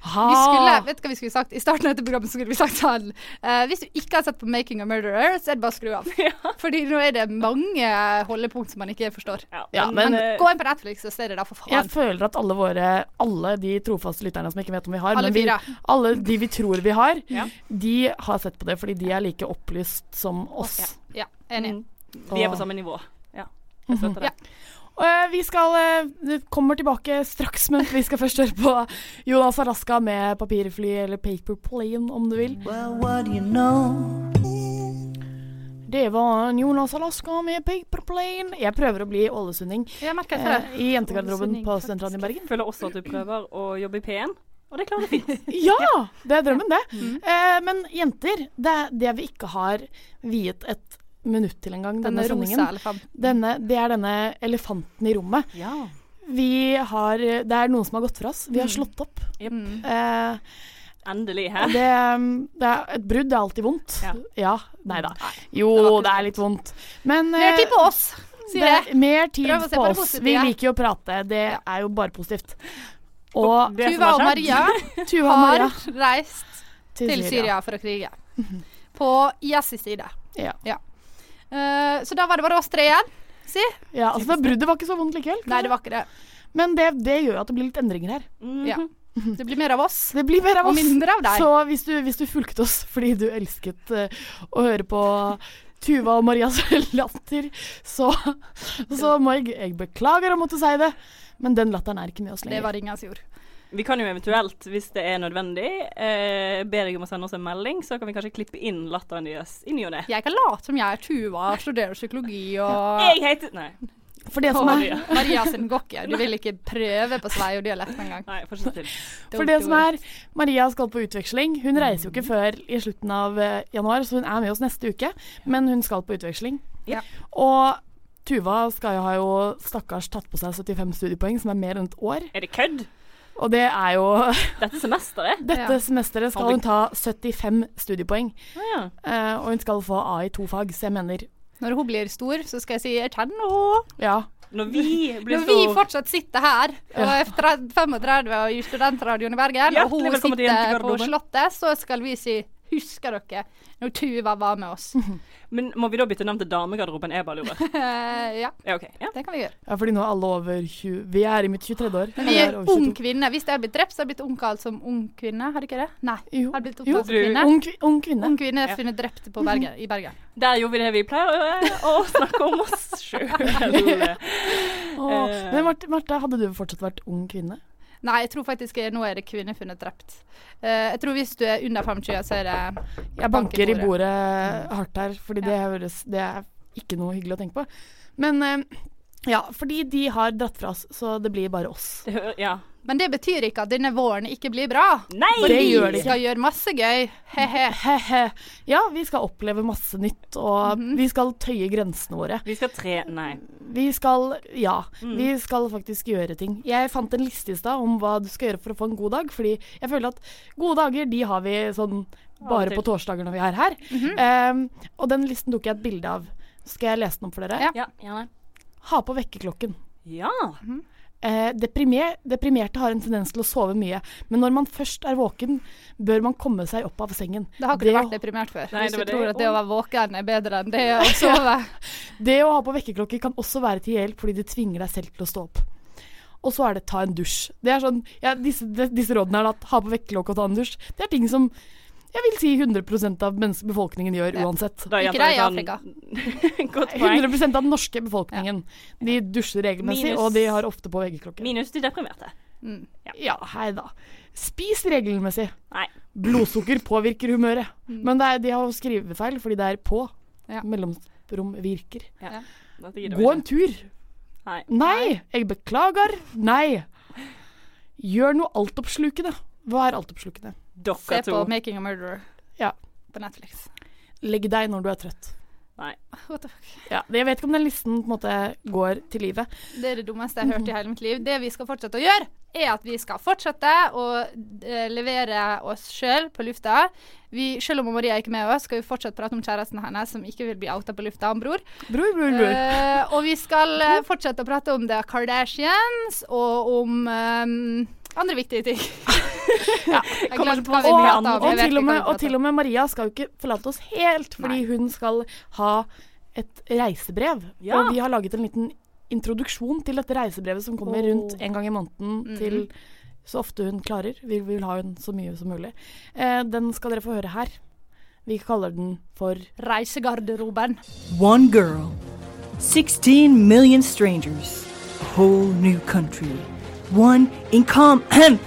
Speaker 3: Vi skulle,
Speaker 5: ha.
Speaker 3: vet du hva vi skulle sagt? I starten av dette programmet så skulle vi sagt sånn eh, Hvis du ikke har sett på 'Making a Murderer', så er det bare å skru av. Fordi nå er det mange holdepunkt som man ikke forstår.
Speaker 5: Ja,
Speaker 3: Men,
Speaker 5: men eh,
Speaker 3: gå inn på Netflix og se det, da, for
Speaker 5: jeg
Speaker 3: faen.
Speaker 5: føler at alle våre Alle de trofaste lytterne som ikke vet om vi har,
Speaker 3: Alle
Speaker 5: men vi,
Speaker 3: fire.
Speaker 5: alle de vi tror vi har,
Speaker 4: Ja.
Speaker 5: de har sett på det fordi de er like opplyst som oss.
Speaker 3: Ja, enig.
Speaker 4: Mm. Vi er på samme nivå. Ja. Jeg støtter det.
Speaker 5: Og, eh, vi skal eh, kommer tilbake straks, men vi skal først høre på Jonas Alaska med 'Papirfly' eller 'Paper Plane', om du vil. Det var en Jonas Alaska med 'Paper Plane'. Jeg prøver å bli ålesunding
Speaker 3: Jeg merker
Speaker 5: eh,
Speaker 3: jeg for det.
Speaker 5: i jentegarderoben
Speaker 3: Ålesunding,
Speaker 5: på Studentradioen i Bergen.
Speaker 4: Føler også at du prøver å jobbe i P1, og det klarer du fint.
Speaker 5: Ja! Det er drømmen, det. Eh, men jenter, det er det vi ikke har viet et minutt til engang,
Speaker 3: Den
Speaker 5: denne
Speaker 3: rosa
Speaker 5: sendingen.
Speaker 3: elefanten.
Speaker 5: Denne, det er denne elefanten i rommet.
Speaker 4: Ja.
Speaker 5: Vi har Det er noen som har gått fra oss. Vi har slått opp.
Speaker 4: Jep.
Speaker 3: Mm.
Speaker 5: Eh,
Speaker 4: Endelig.
Speaker 5: Og
Speaker 4: Hæ?
Speaker 5: det, det er, et brudd er alltid vondt.
Speaker 4: Ja.
Speaker 5: Ja. Nei da. Jo, det er litt vondt. Men eh,
Speaker 3: Mer tid på oss,
Speaker 5: det
Speaker 3: sier jeg.
Speaker 5: er mer tid
Speaker 3: Prøv å se
Speaker 5: på
Speaker 3: på det
Speaker 5: oss.
Speaker 3: positive.
Speaker 5: Vi liker jo å prate. Det er jo bare positivt. Og
Speaker 4: Det som
Speaker 3: Tuva
Speaker 4: har
Speaker 3: og
Speaker 4: skjedd.
Speaker 3: Maria
Speaker 5: Tuva og
Speaker 3: har
Speaker 5: Maria
Speaker 3: reist til Syria for å krige. På IS' side.
Speaker 5: Ja.
Speaker 3: Eh, så da var det bare oss tre igjen. Si?
Speaker 5: Ja, altså det Bruddet var ikke så vondt likevel.
Speaker 3: Nei, det var ikke det.
Speaker 5: Men det, det gjør at det blir litt endringer her.
Speaker 4: Mhm.
Speaker 3: Ja. Det blir mer av oss.
Speaker 5: Det blir mer av
Speaker 3: Og
Speaker 5: oss.
Speaker 3: mindre av deg.
Speaker 5: Så hvis du, hvis du fulgte oss fordi du elsket eh, å høre på Tuva og Marias latter, så, så må jeg Jeg beklager å måtte si det, men den latteren er ikke med oss
Speaker 3: Det
Speaker 5: lenger.
Speaker 3: var det ingen som gjorde.
Speaker 4: Vi kan jo eventuelt, hvis det er nødvendig, eh, be deg om å sende oss en melding, så kan vi kanskje klippe inn latteren deres i ny og ne.
Speaker 3: Jeg kan late som jeg er Tuva, studerer psykologi og
Speaker 4: Jeg heter Nei,
Speaker 5: For det, som
Speaker 3: og
Speaker 5: er,
Speaker 4: Maria.
Speaker 3: Maria sin gokke. Du vil ikke prøve på sveiodialekt engang.
Speaker 4: nei får ikke til.
Speaker 5: for det som er Maria skal på utveksling. Hun
Speaker 3: Mm.
Speaker 5: reiser jo ikke før i slutten av eh, januar, så hun er med oss neste uke. Men hun skal på utveksling.
Speaker 4: Ja.
Speaker 5: Og Tuva skal jo ha jo stakkars tatt på seg 75 studiepoeng, som er mer enn et år.
Speaker 4: Er det kødd?
Speaker 5: Og det er jo
Speaker 4: Dette semesteret?
Speaker 5: Dette
Speaker 3: Ja.
Speaker 5: semesteret skal hun ta 75 studiepoeng.
Speaker 4: Å ja.
Speaker 5: Eh, og hun skal få A i to fag, så jeg mener
Speaker 3: Når hun blir stor, så skal jeg si 'erkjenn henne'.
Speaker 5: Ja.
Speaker 4: Når vi blir
Speaker 3: Når vi
Speaker 4: store
Speaker 3: fortsatt sitter her og er tre- 35 og i studentradioen i Bergen, og
Speaker 4: Hjertelig
Speaker 3: hun
Speaker 4: velkommen til
Speaker 3: sitter på
Speaker 4: Jentegarderoben.
Speaker 3: Slottet, så skal vi si 'husker dere når Tuva var med oss'?
Speaker 4: Men må vi da bytte navn til damegarderoben? Jeg bare lurer.
Speaker 3: Eh, ja,
Speaker 4: Ja, OK. Ja.
Speaker 3: det kan vi gjøre.
Speaker 5: ja, fordi nå er alle over 20 Vi er i mitt 23. år.
Speaker 3: Men vi er
Speaker 5: Eller over 22.
Speaker 3: ung kvinne. Hvis jeg hadde blitt drept, så hadde jeg blitt omkalt som ung kvinne. Hadde ikke det? Nei.
Speaker 5: Jo.
Speaker 3: Hadde blitt
Speaker 5: Jo,
Speaker 3: omkalt som
Speaker 4: du-
Speaker 3: kvinne.
Speaker 5: Ung, kvi- ung kvinne.
Speaker 3: Ung kvinne er funnet drept på
Speaker 4: Mhm.
Speaker 3: Bergen, i Bergen.
Speaker 4: Der gjorde vi det vi pleier å gjøre, å snakke om oss sjøl.
Speaker 5: Åh,
Speaker 4: eh.
Speaker 5: Men Marte, Marte, hadde du fortsatt vært ung kvinne?
Speaker 3: Nei, jeg tror faktisk eh, nå er det kvinner funnet drept. Eh, jeg tror hvis du er under 25, så er det Mm.
Speaker 5: Jeg
Speaker 3: Bank i
Speaker 5: banker i
Speaker 3: bordet.
Speaker 5: bordet hardt her, fordi det, høres, det er ikke noe hyggelig å tenke på. Men eh, ja, fordi de har dratt fra oss, så det blir bare oss.
Speaker 4: Det hø- Ja.
Speaker 3: Men det betyr ikke at denne våren ikke blir bra.
Speaker 4: Nei!
Speaker 3: For
Speaker 5: Det
Speaker 3: vi
Speaker 5: gjør det ikke.
Speaker 3: skal gjøre masse gøy. He-he.
Speaker 5: He-he. Ja, vi skal oppleve masse nytt, og
Speaker 3: Mhm.
Speaker 5: vi skal tøye grensene våre.
Speaker 4: Vi skal tre Nei.
Speaker 5: Vi skal Ja.
Speaker 3: Mm.
Speaker 5: Vi skal faktisk gjøre ting. Jeg fant en liste i stad om hva du skal gjøre for å få en god dag, fordi jeg føler at gode dager, de har vi sånn bare
Speaker 4: til.
Speaker 5: på torsdager når vi er her.
Speaker 3: Mhm.
Speaker 5: Eh, og den listen tok jeg et bilde av. Skal jeg lese den opp for dere?
Speaker 3: Ja.
Speaker 4: Ja. Gjerne.
Speaker 5: Ha på vekkerklokken.
Speaker 4: Ja.
Speaker 5: Eh, deprimer, deprimerte har en tendens til å sove mye, men når man først er våken, bør man komme seg opp av sengen.
Speaker 3: Det har ikke du
Speaker 5: å-
Speaker 3: vært deprimert før.
Speaker 4: Nei,
Speaker 3: hvis du
Speaker 4: det var det.
Speaker 3: tror at det å være våken er bedre enn det å sove.
Speaker 5: Det å ha på vekkerklokke kan også være til hjelp fordi det tvinger deg selv til å stå opp. Og så er det ta en dusj. Det er sånn, ja, disse, de, disse rådene her, da, ha på vekkerklokke og ta en dusj, det er ting som jeg vil si 100 av mennes- befolkningen gjør
Speaker 3: Ja.
Speaker 5: uansett.
Speaker 4: Da
Speaker 3: Ikke
Speaker 4: gjentar
Speaker 3: deg i
Speaker 4: jeg
Speaker 3: Afrika.
Speaker 4: sånn- Godt poeng.
Speaker 5: 100 av den norske befolkningen. De dusjer regelmessig,
Speaker 4: Minus-
Speaker 5: og de har ofte på vekkerklokke.
Speaker 4: Minus de deprimerte.
Speaker 5: Ja, hei da. Spis regelmessig.
Speaker 4: Nei. Mm.
Speaker 5: Blodsukker påvirker humøret. Men det er, de har jo skrivefeil fordi det er på.
Speaker 3: Ja.
Speaker 5: Mellomrom virker.
Speaker 4: Dette gidder vi
Speaker 5: Gå en
Speaker 4: ikke.
Speaker 5: tur.
Speaker 4: Nei.
Speaker 5: Nei, jeg beklager. Nei. Gjør noe altoppslukende. Hva er altoppslukende?
Speaker 3: Se
Speaker 4: Dere
Speaker 3: på
Speaker 4: to.
Speaker 3: 'Making a Murderer'
Speaker 5: Ja.
Speaker 3: på Netflix.
Speaker 5: Legg deg når du er trøtt.
Speaker 4: Nei.
Speaker 3: What the fuck?
Speaker 5: Ja, det- jeg vet ikke om den listen på en måte går til livet.
Speaker 3: Det er det dummeste jeg har hørt i hele mitt liv. Det vi skal fortsette å gjøre, er at vi skal fortsette å eh, levere oss sjøl på lufta. Vi, selv om Maria er ikke med oss, skal vi fortsatt prate om kjæresten hennes som ikke vil bli outa på lufta, han bror.
Speaker 5: Bror, bror, bror.
Speaker 3: Eh, og vi skal eh, fortsette å prate om The Kardashians og om eh, andre viktige ting. Jeg
Speaker 4: kommer
Speaker 3: glemte
Speaker 4: ikke på
Speaker 3: hva vi
Speaker 4: så mye
Speaker 3: pratet om.
Speaker 4: annet.
Speaker 3: Jeg
Speaker 5: og,
Speaker 3: vet
Speaker 5: til og,
Speaker 3: ikke hva vi
Speaker 5: med,
Speaker 3: pratet om.
Speaker 5: og til og med Maria skal jo ikke forlate oss helt, fordi hun skal ha et reisebrev.
Speaker 4: Ja.
Speaker 5: Og vi har laget en liten introduksjon til dette reisebrevet som kommer rundt en gang i måneden til så ofte hun klarer. Vi vil ha hun så mye som mulig. Eh, den skal dere få høre her. Vi kaller den for
Speaker 3: Reisegarderoben.
Speaker 9: One girl, 16 million strangers, a whole new country, one incom-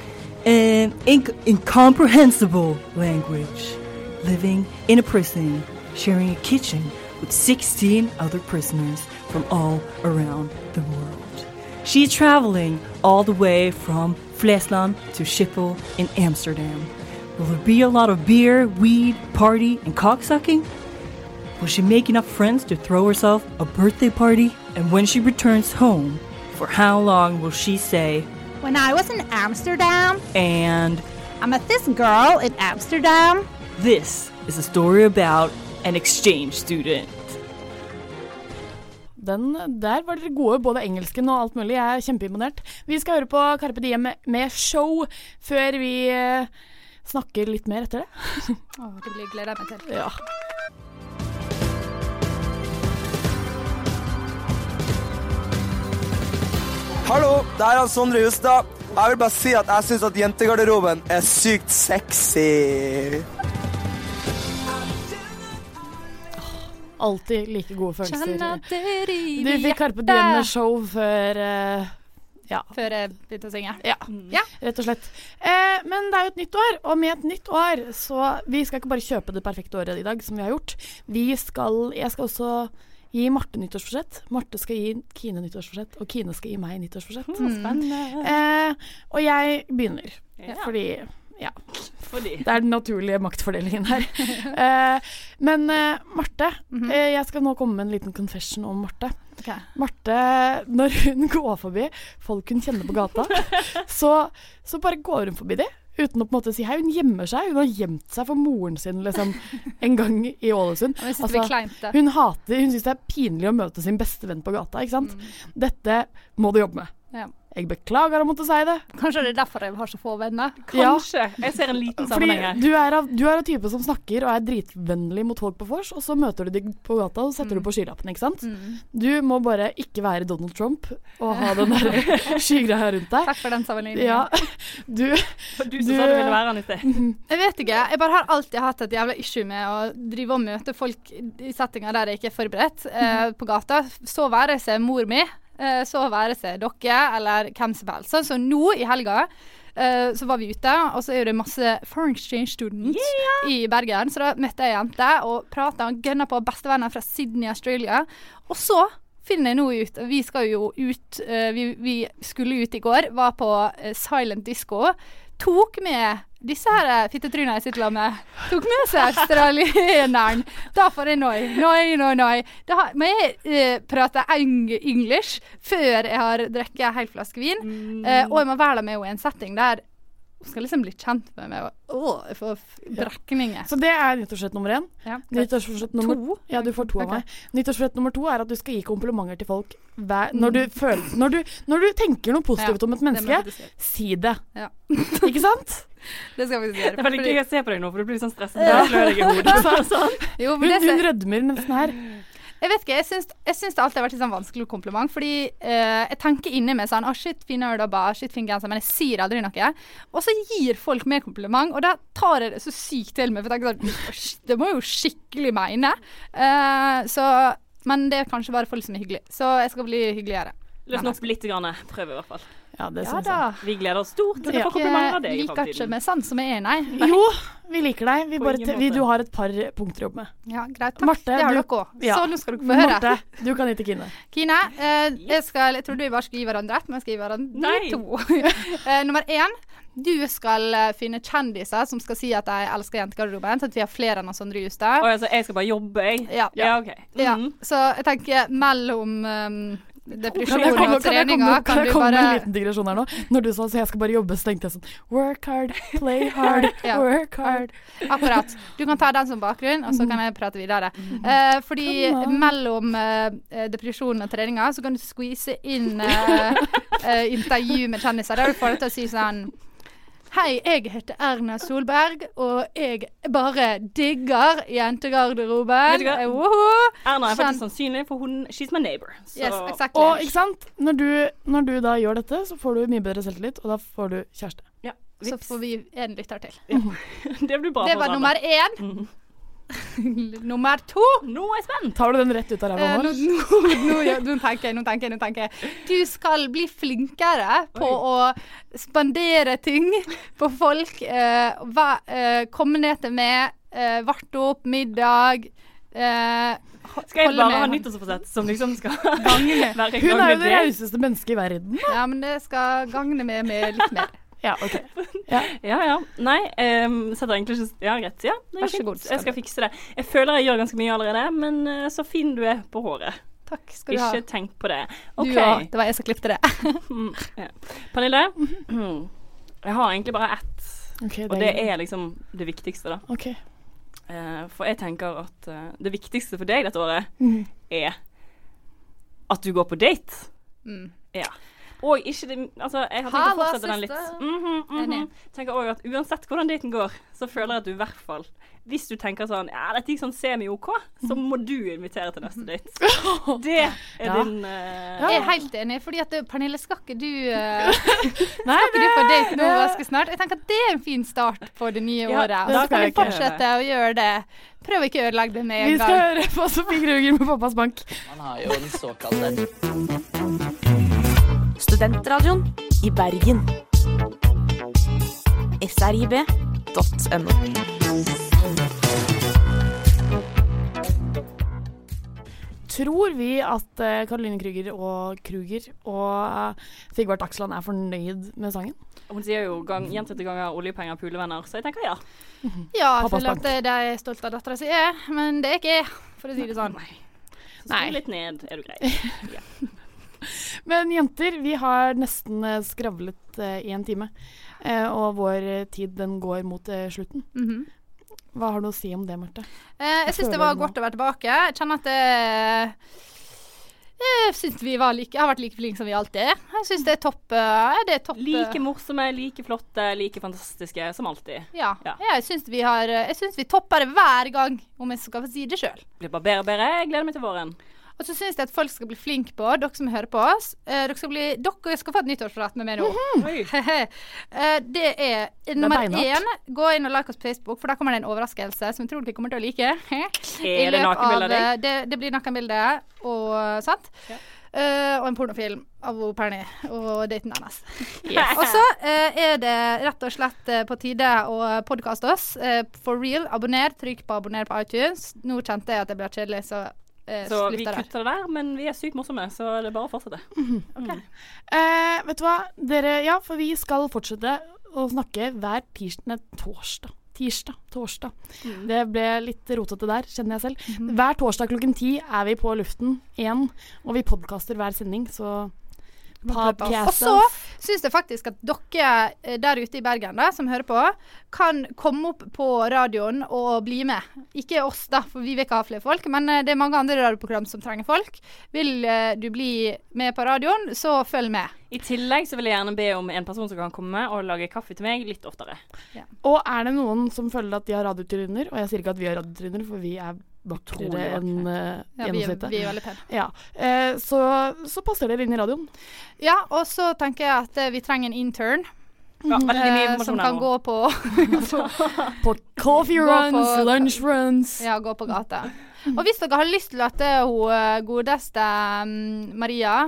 Speaker 9: an inc- incomprehensible language, living in a prison, sharing a kitchen with 16 other prisoners from all around the world. She's traveling all the way from Flesland to Schiphol in Amsterdam. Will there be a lot of beer, weed, party, and cocksucking? Was she making up friends to throw herself a birthday party? And when she returns home, for how long will she say,
Speaker 10: When I was in Amsterdam,
Speaker 9: and
Speaker 10: I met this girl in Amsterdam.
Speaker 9: this is a story about an exchange student?
Speaker 5: den. Der var dere gode, både engelsken og alt mulig. Jeg er kjempeimponert. Vi skal høre på Carpe Diem med- med show før vi eh, snakker litt mer etter det.
Speaker 3: Å, det blir gleder jeg meg til.
Speaker 5: Ja.
Speaker 11: Hallo, det her er Sondre Justad. Jeg vil bare si at jeg syns at jentegarderoben er sykt sexy.
Speaker 5: Alltid like gode følelser.
Speaker 3: Kjenner dere i
Speaker 5: Du fikk Carpe Diem med show før eh,
Speaker 3: Før jeg begynte å synge.
Speaker 5: Ja,
Speaker 3: Ja.
Speaker 5: rett og slett. Eh, men det er jo et nytt år, og med et nytt år så Vi skal ikke bare kjøpe det perfekte året i dag, som vi har gjort. Vi skal, jeg skal også gi Marte nyttårsforsett. Marte skal gi Kine nyttårsforsett, og Kine skal gi meg nyttårsforsett. Eh, og jeg begynner,
Speaker 4: Ja,
Speaker 5: fordi
Speaker 4: fordi
Speaker 5: det er den naturlige maktfordelingen her. Eh, men eh, Marte, eh, jeg skal nå komme med en liten confession om Marte.
Speaker 3: Mhm. Ok.
Speaker 5: Marte, når hun går forbi folk hun kjenner på gata, så, så bare går hun forbi de. Uten å på en måte si hei. Hun gjemmer seg. Hun har gjemt seg for moren sin liksom, en gang i Ålesund.
Speaker 3: Men jeg synes det blir
Speaker 5: Altså,
Speaker 3: kleint, eh. det.
Speaker 5: Hun hater, hun syns det er pinlig å møte sin beste venn på gata. ikke sant? Dette må du jobbe med.
Speaker 3: Mm. Ja.
Speaker 5: Jeg beklager å måtte si det.
Speaker 3: Kanskje det er derfor jeg har så få venner.
Speaker 4: Kanskje. Jeg ser en liten
Speaker 5: Fordi
Speaker 4: sammenheng her.
Speaker 5: du er, av, du er av type som snakker og er dritvennlig mot folk på vors, og så møter du dem på gata og
Speaker 3: Mm.
Speaker 5: setter du på skylappen, ikke sant. Du må bare ikke være Donald Trump og ha den der skygreia rundt deg.
Speaker 3: Takk for den sammenligningen.
Speaker 5: Ja, du
Speaker 4: For du
Speaker 5: Du-
Speaker 4: som sa du ville være han i sted.
Speaker 3: Jeg vet ikke. Jeg bare har alltid hatt et jævla issue med å drive og møte folk i settinger der jeg ikke er forberedt, eh, på gata. Så være seg mor mi, eh, så være seg dere, eller hvem som helst. Sånn som nå i helga. eh, så var vi ute, og så er det masse foreign exchange students i Bergen. Så da møtte jeg ei jente og prata og gønna på bestevenner fra Sydney, Australia. Og så finner jeg nå ut Vi skal jo ut eh, vi, vi skulle ut i går, var på eh, silent disco. Tok med disse her eh, fittetrynene jeg sitter med. eh. Tok med seg australieneren. Da får jeg noi. Noi, noi, noi. Da har, må jeg eh, prate eng English før jeg har drukket en hel flaske vin. Eh, og jeg må være der med henne i en setting der hun skal liksom bli kjent med meg. Og, åh, jeg får f- brekninger.
Speaker 5: Så det er nyttårsforsett nummer én.
Speaker 3: Ja.
Speaker 5: Nyttårsforsett nummer
Speaker 3: To?
Speaker 5: Ja, du får to av
Speaker 3: Ok.
Speaker 5: meg. Nyttårsforsett nummer to er at du skal gi komplimenter til folk hver, når, du føler, når, du, når du tenker noe positivt
Speaker 3: Mm. Ja,
Speaker 5: om et
Speaker 3: Det må jeg
Speaker 5: menneske.
Speaker 3: faktisk gjøre.
Speaker 5: Si det.
Speaker 3: Ja.
Speaker 5: Ikke sant?
Speaker 3: Det skal jeg faktisk
Speaker 4: Det
Speaker 3: gjøre.
Speaker 4: er veldig
Speaker 3: fordi-
Speaker 4: gøy å se på deg nå, for du blir sånn stresset. Jeg slår deg i hodet.
Speaker 3: Jo,
Speaker 5: Hun,
Speaker 3: men det sånn? ser-
Speaker 5: hun rødmer nesten her.
Speaker 3: Jeg vet ikke, jeg syns, jeg syns det alltid har vært et sånn vanskelig kompliment. Fordi eh, jeg tenker inni meg sånn Å, shit, fin øredobber, shit, fin genser. Men jeg sier aldri noe. Og så gir folk meg kompliment, og da tar jeg det så sykt til meg. For jeg tenker sånn «Å, shit, Det må jeg jo skikkelig mene. Eh, så Men det er kanskje bare folk som er hyggelige. Så jeg skal bli hyggeligere.
Speaker 4: Løsne opp litt. Grann. Prøv i hvert fall.
Speaker 5: Ja, det
Speaker 3: Ja
Speaker 5: syns
Speaker 3: da.
Speaker 5: jeg.
Speaker 4: Vi gleder oss stort til å
Speaker 5: Ja.
Speaker 4: få komplimenter av deg i
Speaker 3: Jeg liker ikke
Speaker 4: fremtiden.
Speaker 3: meg sånn som jeg er, nei.
Speaker 5: Jo, vi liker deg. Vi
Speaker 4: På
Speaker 5: bare
Speaker 4: ingen
Speaker 5: te- vi,
Speaker 4: måte.
Speaker 5: du har et par punkter å jobbe med.
Speaker 3: Ja, greit. Takk.
Speaker 5: Marte,
Speaker 3: det har
Speaker 5: du-
Speaker 3: dere òg.
Speaker 5: ja.
Speaker 3: Så nå skal dere få høre.
Speaker 5: Marte, du kan hete Kine.
Speaker 3: Kine, eh, jeg, skal, jeg trodde vi bare skulle gi hverandre ett, men jeg skal gi hverandre
Speaker 4: Nei.
Speaker 3: to. eh, nummer én. Du skal eh, finne kjendiser som skal si at de elsker jentegarderoben. Sånn at vi har flere enn oss andre i hus der.
Speaker 4: Oi, altså, jeg skal bare jobbe, jeg.
Speaker 3: Ja.
Speaker 4: Ja, Mm. ok. Mhm.
Speaker 3: Ja, Så jeg tenker mellom um,
Speaker 5: Kan jeg
Speaker 3: depresjoner
Speaker 5: komme,
Speaker 3: og
Speaker 5: kan jeg komme,
Speaker 3: treninger
Speaker 5: kan
Speaker 3: kan
Speaker 5: jeg
Speaker 3: du
Speaker 5: komme med
Speaker 3: bare
Speaker 5: en liten digresjon her nå? Når du sa så jeg skal bare jobbe, så tenkte jeg sånn Work hard, play hard,
Speaker 3: Ja.
Speaker 5: work hard.
Speaker 3: Akkurat. Du kan ta den som bakgrunn, og så kan jeg prate videre. Eh, fordi
Speaker 5: Come on.
Speaker 3: mellom eh, depresjon og treninger så kan du squeeze inn eh, eh, intervju med kjendiser. Der du får deg til å si sånn Hei, jeg heter Erna Solberg, og jeg bare digger
Speaker 4: Vet
Speaker 3: jentegarderoben.
Speaker 4: du hva?
Speaker 3: Eh, woho!
Speaker 4: Erna er
Speaker 3: Skjønt.
Speaker 4: faktisk sannsynlig, for hun She's my neighbor. Så.
Speaker 3: Yes, exactly.
Speaker 5: Og ikke sant, når du, når du da gjør dette, så får du mye bedre selvtillit, og da får du kjæreste.
Speaker 4: Ja,
Speaker 3: Så
Speaker 4: vips.
Speaker 3: får vi en lytter til.
Speaker 4: Det blir bra
Speaker 3: Det
Speaker 4: for
Speaker 3: var
Speaker 4: oss
Speaker 3: nummer
Speaker 4: alle.
Speaker 3: én.
Speaker 4: Mhm.
Speaker 3: nummer to.
Speaker 4: Nå er jeg spent.
Speaker 5: Tar du den rett ut av
Speaker 3: Eh,
Speaker 5: ræva
Speaker 3: nå,
Speaker 5: nå?
Speaker 3: nå, nå, gjør- nå tenker jeg, nå tenker jeg. nå tenker jeg. Du skal bli flinkere på å spandere ting på folk. Eh, hva, eh, komme ned til meg, eh, vart opp, middag. Eh, ho-
Speaker 4: Skal jeg
Speaker 3: holde
Speaker 4: bare
Speaker 3: med
Speaker 4: ha
Speaker 3: han.
Speaker 4: nyttårsforsett som liksom skal
Speaker 3: Gange.
Speaker 4: være
Speaker 5: Hun er jo
Speaker 4: gangen
Speaker 5: det
Speaker 4: til?
Speaker 5: rauseste mennesket i verden.
Speaker 3: Ja, men det skal gagne meg med litt mer.
Speaker 5: Ja, ok.
Speaker 4: Ja, ja. Nei, ehm, setter egentlig ikke Ja, greit. Ja, det
Speaker 3: Vær
Speaker 4: er
Speaker 3: så god,
Speaker 4: fint.
Speaker 3: Sven.
Speaker 4: Jeg skal fikse det. Jeg føler jeg gjør ganske mye allerede, men eh, så fin du er på håret.
Speaker 3: Takk skal du ha.
Speaker 4: Ikke tenk på det.
Speaker 3: Du
Speaker 4: OK.
Speaker 3: og- Det var jeg som klippte det.
Speaker 4: Mm, ja. Pernille, jeg har egentlig bare ett,
Speaker 5: Ok,
Speaker 4: og det er liksom det viktigste, da.
Speaker 5: Ok.
Speaker 4: Eh, For jeg tenker at eh, det viktigste for deg dette året
Speaker 5: Mhm.
Speaker 4: er at du går på date.
Speaker 3: Mm.
Speaker 4: Ja. Og ikke det Altså, jeg har tenkt å
Speaker 3: Hallo,
Speaker 4: fortsette den litt.
Speaker 3: søster.
Speaker 4: Mhm, mhm.
Speaker 3: Enig.
Speaker 4: Tenker også at uansett hvordan daten går, så føler jeg at du i hvert fall Hvis du tenker sånn Ja, dette gikk sånn semi-OK, så må du invitere til neste date. Det er
Speaker 5: Ja.
Speaker 4: din eh,
Speaker 3: Jeg er helt enig, fordi at eh, Pernille, skal ikke du eh, Skal ikke du på date nå ganske snart? Jeg tenker at det er en fin start på det nye
Speaker 4: Ja,
Speaker 3: året.
Speaker 4: det
Speaker 3: Da
Speaker 4: skal
Speaker 3: kan
Speaker 4: jeg
Speaker 3: du
Speaker 4: ikke
Speaker 3: fortsette å gjøre det. Prøv å ikke ødelegge det med
Speaker 5: Vi
Speaker 3: en
Speaker 5: skal
Speaker 3: gang.
Speaker 5: høre på Sofie Kruger med Pappas bank.
Speaker 12: Man har jo den såkalte Studentradioen i Bergen. srib.no.
Speaker 5: Tror vi at eh, Caroline Krüger og Kruger og eh, Sigvart Aksland er fornøyd med sangen?
Speaker 4: Hun sier jo gang, gjentatte ganger 'oljepenger, pulevenner', så jeg tenker ja.
Speaker 3: Ja, jeg
Speaker 5: Pappas
Speaker 3: føler at eh, de er stolte av dattera si, er, men det er ikke jeg, for å si det sånn.
Speaker 4: Så skru litt ned, er du grei.
Speaker 5: Men jenter, vi har nesten eh, skravlet eh, i en time. Eh, og vår eh, tid den går mot eh, slutten.
Speaker 3: Mhm.
Speaker 5: Hva har du å si om det, Marte?
Speaker 3: Eh, jeg syns
Speaker 5: føler
Speaker 3: det var
Speaker 5: nå.
Speaker 3: godt å være tilbake. Jeg kjenner at det jeg syns vi var like, har vært like flinke som vi alltid er. Jeg syns det er topp. eh, Det er topp eh,
Speaker 4: Like morsomme, like flotte, like fantastiske som alltid.
Speaker 3: Ja.
Speaker 4: Ja.
Speaker 3: Jeg syns vi, har- eh, jeg syns vi topper det hver gang, om jeg skal få si det sjøl.
Speaker 4: Blir bare bedre og bedre. Jeg gleder meg til våren.
Speaker 3: Og så syns jeg at folk skal bli flinke på, dere som hører på oss eh, dere, skal bli, dere skal få et nyttårsforrett med meg nå.
Speaker 4: Oi.
Speaker 3: Eh, det er eh, nummer
Speaker 5: beinhardt.
Speaker 3: én. Gå inn og like oss på Facebook, for der kommer det en overraskelse som jeg tror dere kommer til å like. I
Speaker 4: Er det
Speaker 3: løpet
Speaker 4: nakenbilde av
Speaker 3: eh,
Speaker 4: deg?
Speaker 3: Det, det blir nakenbilde og eh, sant. Eh, og en pornofilm av hun Perny og daten hennes. Og så eh, er det rett og slett eh, på tide å podkaste oss. eh, for real. Abonner. Trykk på abonner på iTunes. Nå kjente jeg at det ble kjedelig, så uh,
Speaker 4: Så vi
Speaker 3: slutter der.
Speaker 4: kutter det der, men vi er sykt morsomme, så det er bare å fortsette.
Speaker 5: Eh, vet du hva, dere Ja, for vi skal fortsette å snakke hver tirsdag nei, Torsdag. Tirsdag, torsdag.
Speaker 3: Mm.
Speaker 5: Det ble litt rotete der, kjenner jeg selv.
Speaker 3: Mhm.
Speaker 5: Hver torsdag klokken ti er vi på luften igjen, og vi podkaster hver sending, så
Speaker 3: Og så syns jeg faktisk at dere eh, der ute i Bergen da, som hører på, kan komme opp på radioen og bli med. Ikke oss, da, for vi vil ikke ha flere folk, men eh, det er mange andre radioprogram som trenger folk. Vil eh, du bli med på radioen, så følg med.
Speaker 4: I tillegg så vil jeg gjerne be om en person som kan komme og lage kaffe til meg litt oftere.
Speaker 5: Og er det noen som føler at de har radiotryner, og jeg sier ikke at vi har radiotryner, for vi er vakrere
Speaker 4: Utrolig vakre.
Speaker 5: enn uh,
Speaker 3: Ja, vi, er-
Speaker 5: gjennomsnittet.
Speaker 3: vi er veldig pene.
Speaker 5: Ja, eh, så, så passer dere inn i radioen.
Speaker 3: Ja, og så tenker jeg at eh, vi trenger en intern.
Speaker 4: Ja, veldig mye
Speaker 3: eh, som
Speaker 4: informasjon her
Speaker 3: kan
Speaker 4: nå.
Speaker 3: gå på, altså,
Speaker 5: På coffee
Speaker 3: Gå
Speaker 5: runs,
Speaker 3: på-
Speaker 5: lunch runs.
Speaker 3: ja, gå på gata. Og hvis dere har lyst til at eh, hun eh, godeste mm, Maria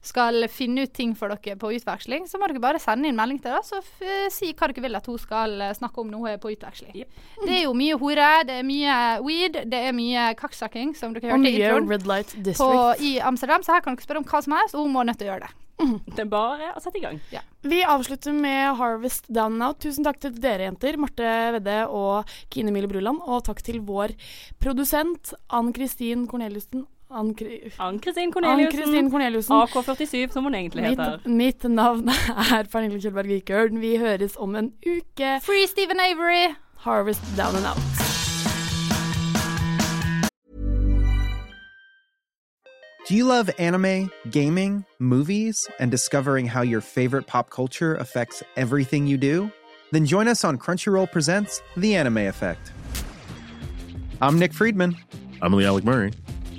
Speaker 3: skal finne ut ting for dere på utveksling, så må dere bare sende inn melding til oss og f eh, si hva dere vil at hun skal eh, snakke om når hun er på utveksling.
Speaker 4: Jep.
Speaker 3: Det er jo mye hore, det er mye weed, det er mye kakksakking, som dere
Speaker 5: Og
Speaker 3: hørte
Speaker 5: mye
Speaker 3: i introen,
Speaker 5: Red Light District.
Speaker 3: på, i Amsterdam, så her kan dere spørre om hva som helst, og hun må nødt til å gjøre det.
Speaker 4: Det er bare å sette i gang.
Speaker 5: Vi avslutter med Harvest Down Now. Tusen takk til dere jenter, Marte Vedde og Kine Mille Bruland. Og takk til vår produsent Ann Kristin Corneliussen. Ann Kri-
Speaker 4: Ann-Kristin
Speaker 5: Ann-Kristin
Speaker 4: Korneliussen.
Speaker 5: Corneliussen.
Speaker 4: AK47, som hun egentlig heter.
Speaker 5: Mitt, mitt navn er Pernille Kjølberg Vikørn. Vi høres om en uke.
Speaker 3: Free Stephen Avery!
Speaker 5: Harvest Down and Out.
Speaker 13: Do you love anime, gaming, movies, and discovering how your favorite pop culture affects everything you do? Then join us on Crunchyroll Presents The Anime Effect. I'm Nick Friedman.
Speaker 11: I'm Lee Alec Murray.